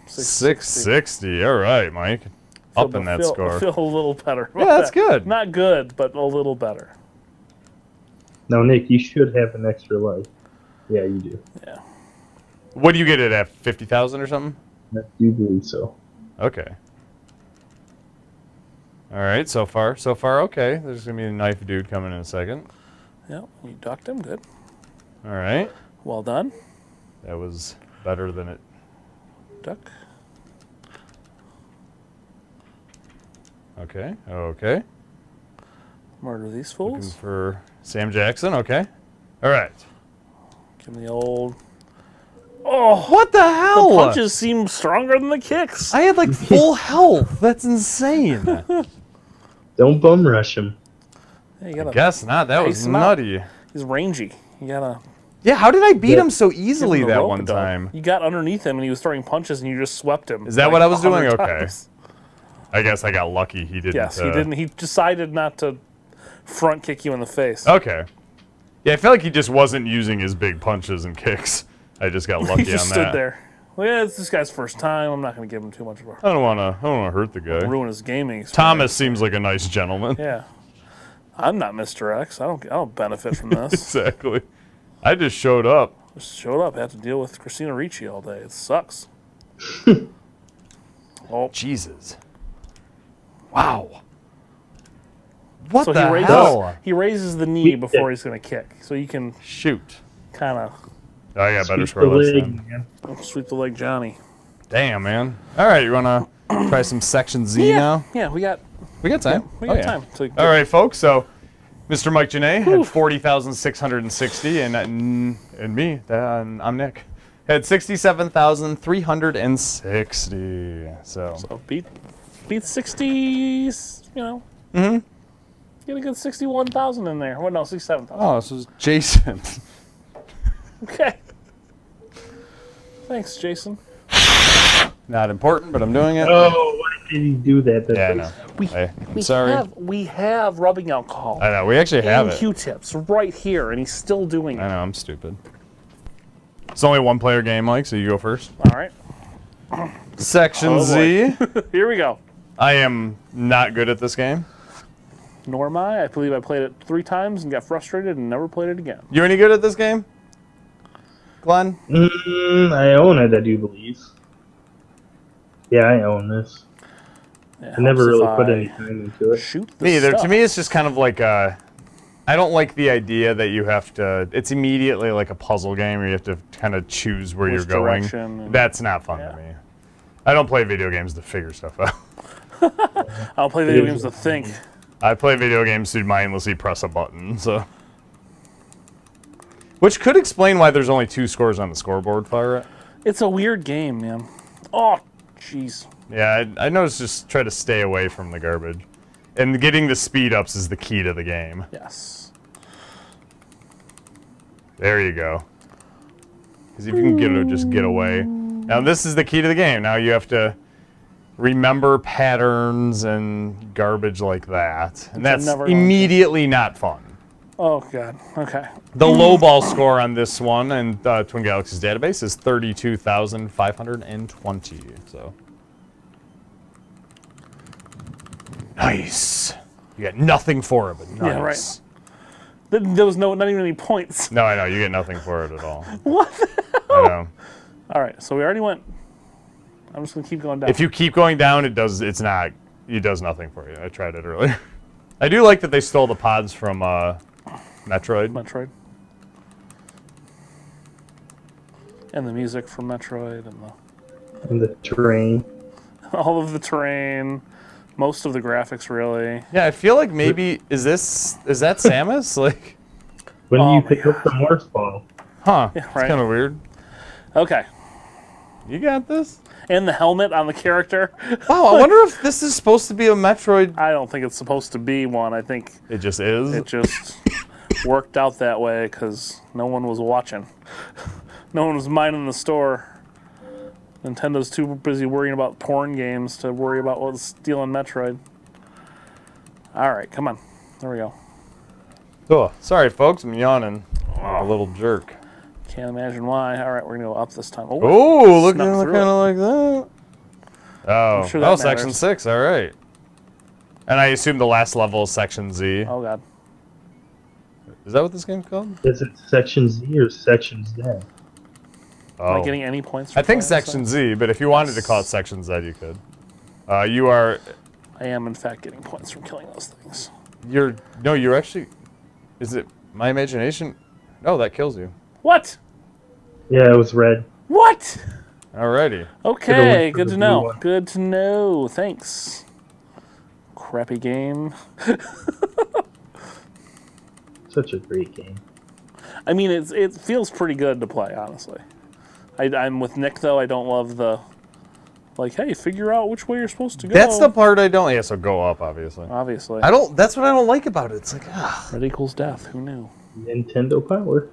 A: six
C: six-
A: sixty. All right, Mike. Up
C: feel-
A: in that
C: feel-
A: score.
C: Feel a little better. about
A: Yeah, that's
C: that.
A: good.
C: Not good, but a little better.
E: Now, Nick, you should have an extra life. Yeah, you do.
A: What do you get it at? Fifty thousand or something?
E: I do believe so.
A: Okay. All right, so far, so far, okay. There's gonna be a knife dude coming in a second.
C: Yeah, you ducked him. Good.
A: All right,
C: Well done.
A: that was better than it.
C: Duck.
A: Okay, okay.
C: Murder these
A: Looking
C: fools.
A: for Sam Jackson. Okay. All right.
C: Give him the old. Oh,
A: What the hell?
C: Punches seem stronger than the kicks.
A: I had like full health. That's insane.
E: Don't bum rush him.
C: Yeah, you gotta,
A: Guess not. That
C: Face
A: was
C: him out.
A: nutty.
C: he's rangy. You gotta give
A: Yeah, how did I beat
E: Yeah.
A: him so
C: him
A: easily
C: the
A: that
C: rope
A: one
C: dunk.
A: time?
C: You got underneath him and he was throwing punches and you just swept him.
A: Is that what I was doing?
C: 100
A: Okay.
C: times.
A: I guess I got lucky. He didn't.
C: Yes, he
A: uh,
C: didn't. He decided not to front kick you in the face.
A: Okay. Yeah, I feel like he just wasn't using his big punches and kicks. I just got lucky
C: he just
A: on
C: stood
A: that.
C: there. Well, yeah, it's this guy's first time. I'm not going to give him too much of a
A: I don't want to. I don't want to hurt the guy.
C: ruin his gaming. Experience.
A: Thomas seems like a nice gentleman.
C: Yeah. I'm not Mr. X. I don't. I don't benefit from this.
A: Exactly. I just showed up.
C: just showed up. Had to deal with Christina Ricci all day. It sucks. oh,
A: Jesus. Wow. What
C: so
A: the
C: he raises.
A: hell?
C: He raises the knee before he's going to kick. So you can
A: Shoot.
C: kind of
A: I got better
E: Keep
A: score
E: the
A: last
E: leg,
A: time.
E: man.
C: sweep the leg, Johnny.
A: Damn, man. All right, you wanna try some Section Z
C: yeah.
A: now?
C: Yeah, we got
A: We got time.
C: we
A: Oh,
C: got
A: yeah.
C: time. So
A: All right, folks. So, Mr. Mike Janae had forty thousand six hundred and sixty, and uh, and me, uh, and I'm Nick, had sixty-seven thousand three hundred and sixty. So,
C: So beat beat sixty. You know. Mm-hmm. Get a good sixty-one thousand in there. What? No, sixty-seven thousand.
A: oh, this was Jason. Oh.
C: Okay. Thanks, Jason.
A: Not important, but I'm doing it.
E: Oh, why did he do that? That
A: yeah, I
E: makes
A: know.
C: We,
A: I- I'm sorry.
C: Have, we have rubbing alcohol
A: I know. We actually have
C: and
A: it.
C: Q-tips right here, and he's still doing
A: I
C: it.
A: know. I'm stupid. It's only one player game, Mike. So you go first.
C: All right.
A: Section
C: Oh, boy.
A: Z.
C: Here we go.
A: I am not good at this game.
C: Nor am I. I believe I played it three times and got frustrated and never played it again.
A: You any good at this game, Glenn?
E: Mm, I own it, I do believe. Yeah, I own this.
C: It
E: I
C: helps
E: never really
C: if
E: put
C: I
E: any time into it.
C: Shoot the
A: Me either.
C: stuff.
A: To me, it's just kind of like I I don't like the idea that you have to. It's immediately like a puzzle game where you have to kind of choose where
C: Which
A: you're going.
C: direction and-
A: That's not fun
C: yeah.
A: to me. I don't play video games to figure stuff out.
C: I'll play video games to think.
A: I play video games to mindlessly E press a button, so. Which could explain why there's only two scores on the scoreboard, Fire It.
C: It's a weird game, man. Oh, jeez.
A: Yeah, I, I noticed just try to stay away from the garbage. And getting the speed ups is the key to the game.
C: Yes.
A: There you go. Because if you can get it, just get away. Now this is the key to the game. Now you have to remember patterns and garbage like that, and that's
C: never-ending.
A: immediately not fun.
C: Oh god. Okay.
A: The low ball score on this one and uh, Twin Galaxies database is thirty-two thousand five hundred and twenty. So nice. You get nothing for it, but nice.
C: Yeah, right. Th- There was no, not even any points.
A: No, I know you get nothing for it at all.
C: What?
A: I know.
C: All right. So we already went. I'm just gonna keep going down.
A: If you keep going down, it does. It's not. It does nothing for you. I tried it earlier. I do like that they stole the pods from uh, Metroid.
C: Metroid. And the music from Metroid and the,
E: in the terrain.
C: all of the terrain, most of the graphics really.
A: Yeah, I feel like maybe is this is that Samus? Like,
E: When
C: Oh
E: do you
C: my
E: pick up the morph ball?
A: huh?
C: right.
A: It's kind of weird.
C: Okay.
A: You got this?
C: And the helmet on the character.
A: Wow, I wonder if this is supposed to be a Metroid.
C: I don't think it's supposed to be one. I think
A: It just is.
C: it just worked out that way because no one was watching. no one was minding the store. Nintendo's too busy worrying about porn games to worry about what's stealing Metroid. All right, come on. There we go.
A: oh, sorry, folks. I'm yawning. I'm a little jerk.
C: Can't imagine why. All right, we're gonna go up this time. Oh,
A: Oh, looking
C: Snuck
A: kind
C: through
A: of like that. Oh,
C: sure
A: that
C: that
A: was section
C: matters.
A: six. All right. And I assume the last level is section Z.
C: oh god.
A: Is that what this game's called?
E: Is it section Z or section Z?
A: Oh.
C: Am I getting any points? For
A: I think
C: playing this
A: Section Z, but if you wanted to call it Section Z, you could. Uh, you are,
C: thing? I am in fact getting points from killing those things.
A: you're, no, you're actually, is it my imagination? No, that kills you.
C: What?
E: Yeah, it was red.
C: What?
A: Alrighty.
C: Okay,
E: for
C: good
E: the
C: to
E: blue
C: know.
E: one.
C: Good to know. Thanks. Crappy game.
E: Such a great game.
C: I mean, it's it feels pretty good to play, honestly. I, I'm with Nick though. I don't love the like, hey, figure out which way you're supposed to go.
A: That's the part I don't, yeah, so go up, obviously.
C: obviously
A: I don't, that's what I don't like about it. It's like, ah.
C: red equals death. Who knew?
E: Nintendo Power.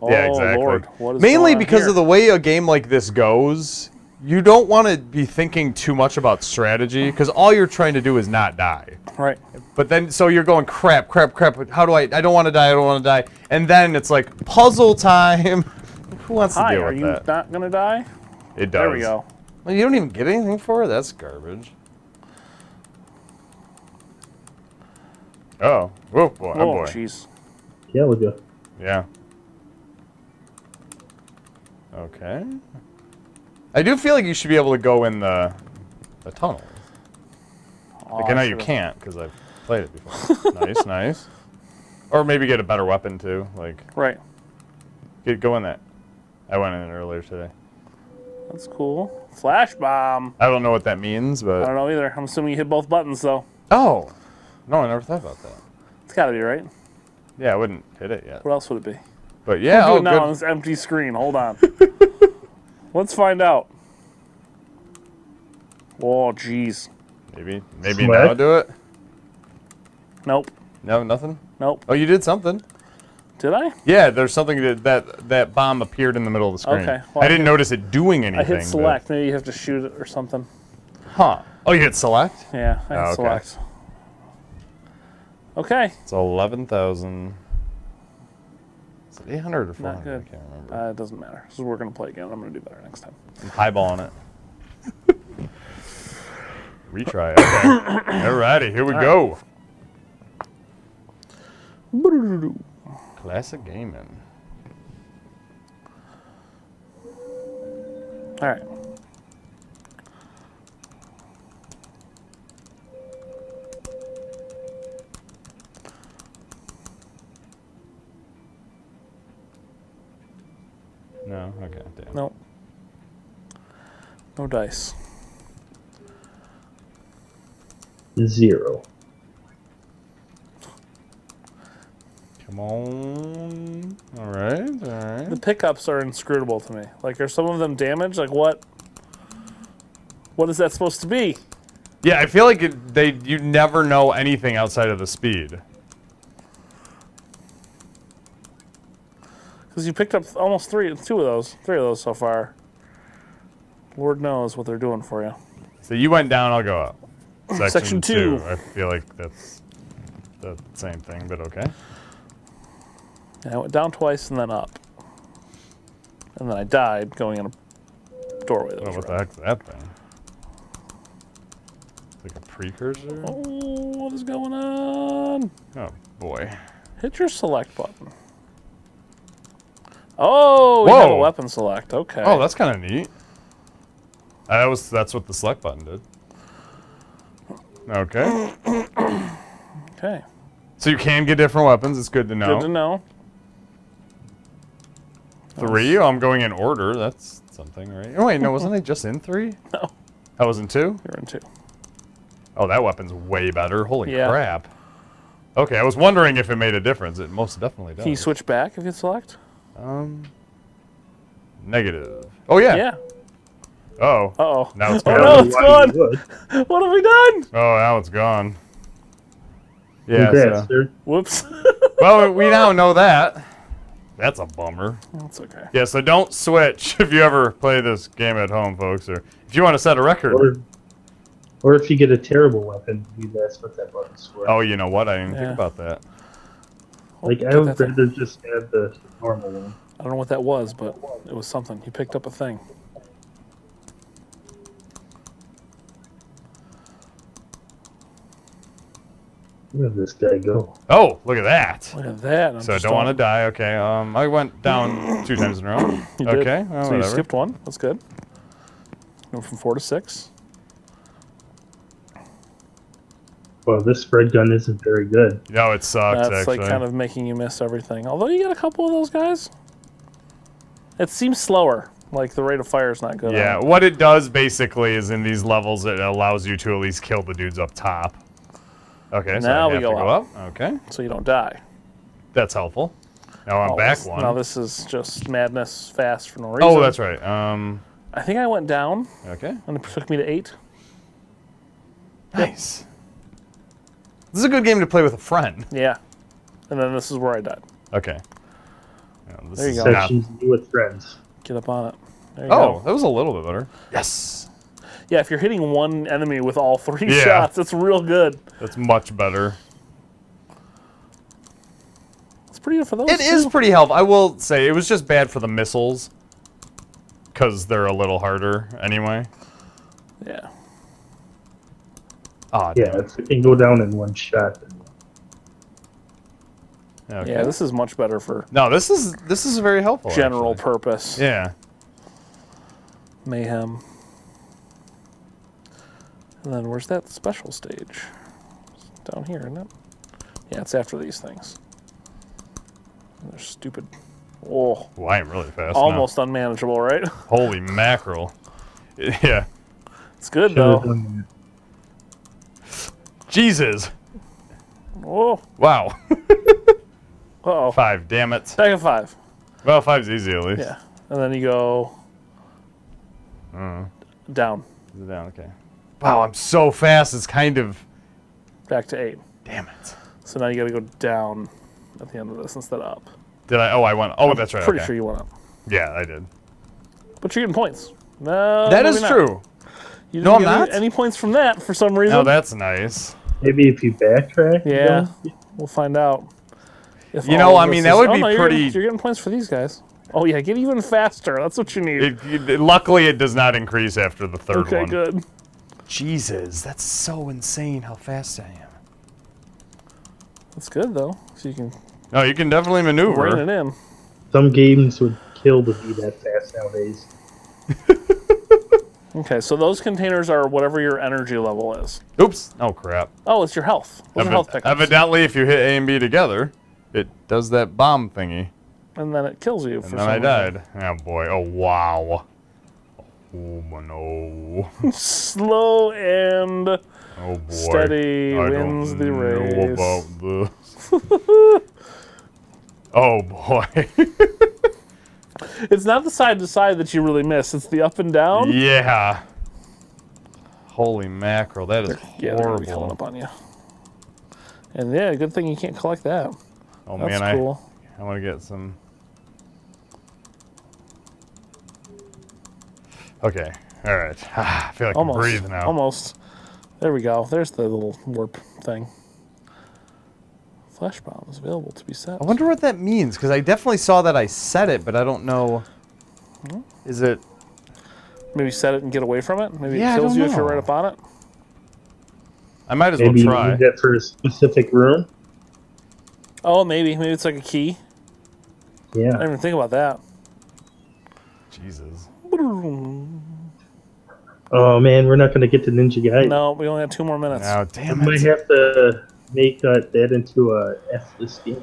C: Oh
A: Yeah, exactly.
C: Lord, what is
A: Mainly
C: going on
A: because
C: here?
A: of the way a game like this goes, you don't want to be thinking too much about strategy, because all you're trying to do is not die.
C: right.
A: But then, so you're going crap, crap, crap. How do I? I don't want to die. I don't want to die. And then it's like puzzle time. Who wants
C: Hi,
A: to deal
C: are
A: with
C: you
A: that?
C: not gonna die?
A: It does.
C: There we go.
A: Well, you don't even get anything for it. That's garbage. Oh, oh boy, oh
C: Oh
A: boy,
C: jeez.
E: Yeah, we go.
A: yeah. Okay. I do feel like you should be able to go in the the tunnel.
C: Oh,
A: Like, I know you
C: should've-
A: can't because I've played it before. nice, nice. Or maybe get a better weapon too. Like
C: Right.
A: Get go in that. I went in earlier today.
C: That's cool. Flash bomb.
A: I don't know what that means,
C: I
A: but
C: don't know either. I'm assuming you hit both buttons though.
A: oh, no, I never thought about that.
C: It's gotta be right.
A: Yeah, I wouldn't hit it yet.
C: What else would it be?
A: But yeah,
C: do
A: oh,
C: it now on
A: good.
C: this empty screen. Hold on. Let's find out. Oh, jeez.
A: maybe maybe
E: Smack.
A: now do it.
C: Nope.
A: No, nothing.
C: Nope.
A: Oh, you did something.
C: Did I?
A: Yeah, there's something that that, that bomb appeared in the middle of the screen.
C: Okay, well,
A: I
C: I
A: didn't notice it doing anything.
C: I hit
A: but-
C: select. Maybe you have to shoot it or something.
A: huh? Oh, you hit select.
C: Yeah,
A: Oh,
C: I hit
A: okay.
C: select. Okay.
A: It's eleven thousand. Is it eight hundred or four
C: Not
A: hundred? I
C: good.
A: can't remember.
C: Uh, it doesn't matter. So we're going to play again. I'm going to do better next time.
A: I'm highballing it. Retry. Okay. Alrighty, here we go. Classic gaming.
C: All right.
A: No, okay, damn.
C: Nope. No dice.
E: Zero.
A: Come on. All right. All right.
C: The pickups are inscrutable to me. Like, are some of them damaged? Like, what? What is that supposed to be?
A: Yeah, I feel like it, they you never know anything outside of the speed.
C: Because you picked up almost three, two of those, three of those so far. Lord knows what they're doing for you.
A: So you went down, I'll go up. Section,
C: Section two.
A: I feel like that's the same thing, but okay.
C: And I went down twice and then up. And then I died going in a doorway. That
A: Oh,
C: was
A: what the
C: red.
A: heck's that thing? Like a precursor?
C: Oh, what is going on?
A: Oh boy.
C: Hit your select button. Oh, we have a
A: Whoa.
C: weapon select. Okay.
A: Oh, that's kind of neat. Uh, That was that's what the select button did. Okay.
C: okay.
A: So you can get different weapons. It's good to know.
C: Good to know.
A: Three. Oh, I'm going in order. That's something, right? Oh wait, no, wasn't I just in three?
C: No.
A: I was in two.
C: You're in two.
A: Oh, that weapon's way better. Holy
C: Yeah.
A: crap. Okay, I was wondering if it made a difference. It most definitely does.
C: Can you switch back if you select?
A: Um, negative. Oh yeah.
C: Yeah.
A: Oh.
C: Uh oh.
A: Now it's
C: Oh
A: gone.
C: no, it's
E: Why
C: gone.
E: you would.
C: What have we done?
A: Oh, now it's gone. Yeah.
E: Congrats,
A: so-
E: sir.
C: Whoops.
A: Well, we now know that. That's a bummer.
C: That's okay.
A: Yeah, so don't switch if you ever play this game at home, folks, or if you want to set a record.
E: Or, or if you get a terrible weapon, you that's what that button's for.
A: oh, you know what? I didn't
C: Yeah.
A: think about that.
E: like I
C: Get
E: would
C: that thing.
E: rather just have the normal one.
C: I don't know what that was, but it was something. You picked up a thing.
E: Where did this guy go?
A: Oh, look at that.
C: Look at that. I'm
A: So I
C: just
A: don't want to
C: on-
A: die. Okay. Um, I went down two times in a row.
C: You did.
A: okay. well,
C: so you
A: whatever.
C: skipped one. That's good. Went from four to six.
E: Well, this spread gun isn't very good.
A: No, it sucks.
C: That's
A: actually.
C: like kind of making you miss everything. Although you got a couple of those guys. It seems slower. Like the rate of fire is not good. on
A: Yeah.
C: it.
A: What it does basically is in these levels, it allows you to at least kill the dudes up top. Okay. so I
C: Now we
A: have
C: go
A: to go
C: up.
A: up. Okay.
C: So you don't die.
A: That's helpful. Now I'm
C: Oh,
A: back
C: this-
A: one.
C: Now this is just madness fast for no reason.
A: oh, that's right. Um.
C: I think I went down
A: Okay.
C: and it took me to eight.
A: Nice. This is a good game to play with a friend.
C: Yeah. And then this is where I died.
A: Okay. Yeah, this
C: There you
A: is
C: go.
A: not-
E: Sections you with friends.
C: Get up on it. There you
A: Oh,
C: go.
A: that was a little bit better. Yes.
C: Yeah, if you're hitting one enemy with all three
A: Yeah.
C: shots, it's real good.
A: That's much better.
C: It's pretty good for those.
A: It is
C: too.
A: pretty helpful. I will say it was just bad for the missiles because they're a little harder anyway.
C: Yeah.
A: Oh,
E: Yeah, if it can go down in one shot, then
A: Okay.
C: Yeah, this is much better for
A: no, this is this is very helpful.
C: general
A: actually.
C: purpose
A: yeah.
C: mayhem. And then where's that special stage? It's down here, isn't it? Yeah, it's after these things. They're stupid. Oh,
A: Well, I am really fast. now.
C: almost unmanageable, right?
A: Holy mackerel. Yeah.
C: It's good
E: should have
C: though.
E: done
A: Jesus.
C: Oh,
A: Wow.
C: uh oh.
A: five. Damn it.
C: Back at five.
A: Well, five's easy at least.
C: Yeah, and then you go
A: Mm-hmm.
C: down
A: Is it down? Okay. Wow, I'm so fast. It's kind of.
C: back to eight.
A: Damn it.
C: So now you got to go down at the end of this instead of up.
A: Did I? Oh, I went. Oh, that's right.
C: Pretty
A: okay.
C: sure you went up,
A: Yeah, I did.
C: but you're getting points. No,
A: That
C: Uh, maybe
A: is
C: not.
A: true.
C: You didn't
A: No, I'm
C: get
A: not.
C: Any points from that for some reason?
A: No, that's nice.
E: it. Maybe if you backtrack. you
C: yeah,
E: know?
C: we'll find out. If
A: You
C: all
A: know,
C: of
A: I
C: this
A: mean, that
C: is-
A: would
C: oh,
A: be
C: no, you're
A: pretty-
C: Getting, you're getting points for these guys. Oh yeah, get even faster. That's what you need.
A: It, it- luckily, it does not increase after the third
C: okay,
A: one.
C: good.
A: Jesus, that's so insane how fast I am.
C: That's good though. So you can
A: No, you can definitely
C: bring
A: maneuver.
C: it in.
E: Some games would kill to be that fast nowadays.
C: Okay, so those containers are whatever your energy level is.
A: Oops. Oh crap.
C: Oh, it's your health. What's your
A: Evi-
C: health pickups?
A: evidently, if you hit A and B together, it does that bomb thingy,
C: and then it kills you.
A: and then I died. Oh boy. Oh wow. Oh no.
C: Slow and
A: Oh boy.
C: Steady
A: I
C: wins
A: don't
C: the
A: know
C: race.
A: about this. Oh boy.
C: It's not the side to side that you really miss. It's the up and down.
A: yeah. Holy mackerel! That is
C: Yeah, they're gonna be coming
A: horrible.
C: up on you. And yeah, good thing you can't collect that.
A: oh
C: That's
A: man,
C: cool.
A: I I want to get some. Okay. All right. I feel like
C: Almost.
A: I'm breathing now.
C: Almost. There we go. There's the little warp thing. Flash bombs available to be set.
A: I wonder what that means because I definitely saw that I said it, but I don't know.
C: Hmm?
A: Is it?
C: Maybe set it and get away from it. Maybe
A: Yeah, I
C: it kills
A: don't
C: you if you're
A: know.
C: right up on it.
A: I might as well
E: Maybe you
A: try.
E: need that for a specific room.
C: Oh, maybe. Maybe it's like a key. I
E: Yeah.
C: didn't even think about that.
A: Jesus.
E: Oh man, we're not gonna get to Ninja Guy.
C: No, we only have two more minutes.
A: Now,
E: I
A: damn
E: might
A: it.
E: have to make uh, that into a F this game.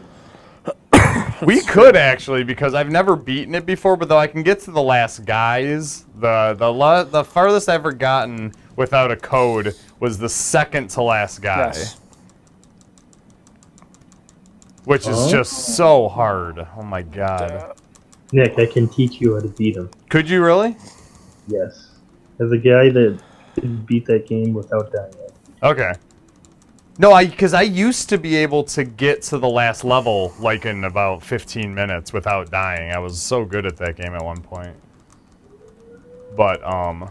A: We could actually because I've never beaten it before, but though I can get to the last guys, the the la- the farthest I ever gotten without a code was the second to last guy,
C: Yes.
A: which is
E: Oh.
A: just so hard. Oh my god.
E: Nick, I can teach you how to beat him.
A: Could you really?
E: Yes. As a guy that didn't beat that game without dying.
A: Okay. No, I because I used to be able to get to the last level like in about 15 minutes without dying. I was so good at that game at one point. But um,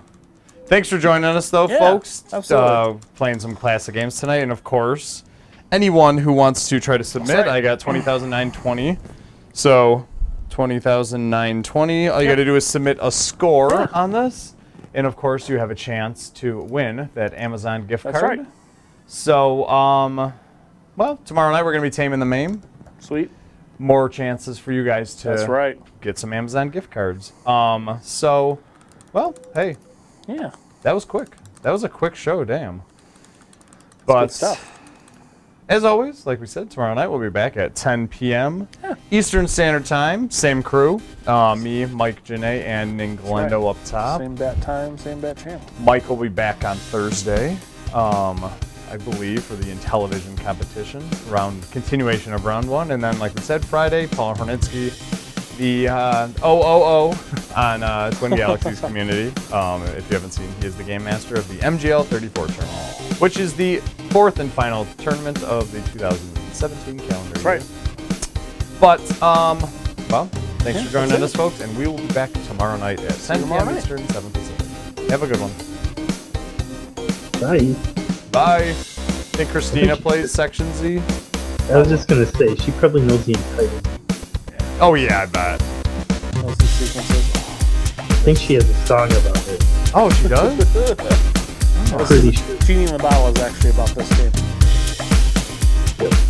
A: thanks for joining us though,
C: Yeah,
A: folks. Uh,
C: absolutely.
A: playing some classic games tonight, and of course, anyone who wants to try to submit,
C: right.
A: I got 20,920. So 20,920. All you got to do is submit a score
C: Ah.
A: on this. And of course, you have a chance to win that Amazon gift
C: That's
A: card.
C: right.
A: So, um, well, tomorrow night we're going to be taming the MAME.
C: Sweet.
A: More chances for you guys to
C: That's right.
A: get some Amazon gift cards. Um, so, well, hey,
C: Yeah.
A: that was quick. That was a quick show, damn.
C: That's
A: But
C: good stuff.
A: as always, like we said, tomorrow night we'll be back at 10 p.m. Eastern Standard Time. Same crew. Uh, me, Mike, Janae, and Ninglendo up top.
C: Same bat time, same bat channel.
A: Mike will be back on Thursday, um, I believe, for the Intellivision competition round continuation of round one, and then, like we said, Friday, Paul Hornitsky, the uh, OOO on uh, Twin Galaxies community. Um, if you haven't seen, he is the game master of the MGL 34 tournament, which is the fourth and final tournament of the 2017 calendar. That's
C: right.
A: But um, well, thanks for joining
C: that's it.
A: us, folks, and we will be back tomorrow night at 10
C: tomorrow
A: p.m.
C: night.
A: Eastern, 7 Pacific. Have a good one.
E: Bye.
A: Bye. I think Christina plays Section Z.
E: I was just gonna say, she probably knows the entire.
A: Oh yeah, I bet.
C: Those are the sequences.
E: I think she has a song about it.
A: Oh, she does.
E: I'm pretty sure.
C: Genie in the Bottle is actually about this game.
E: Yep.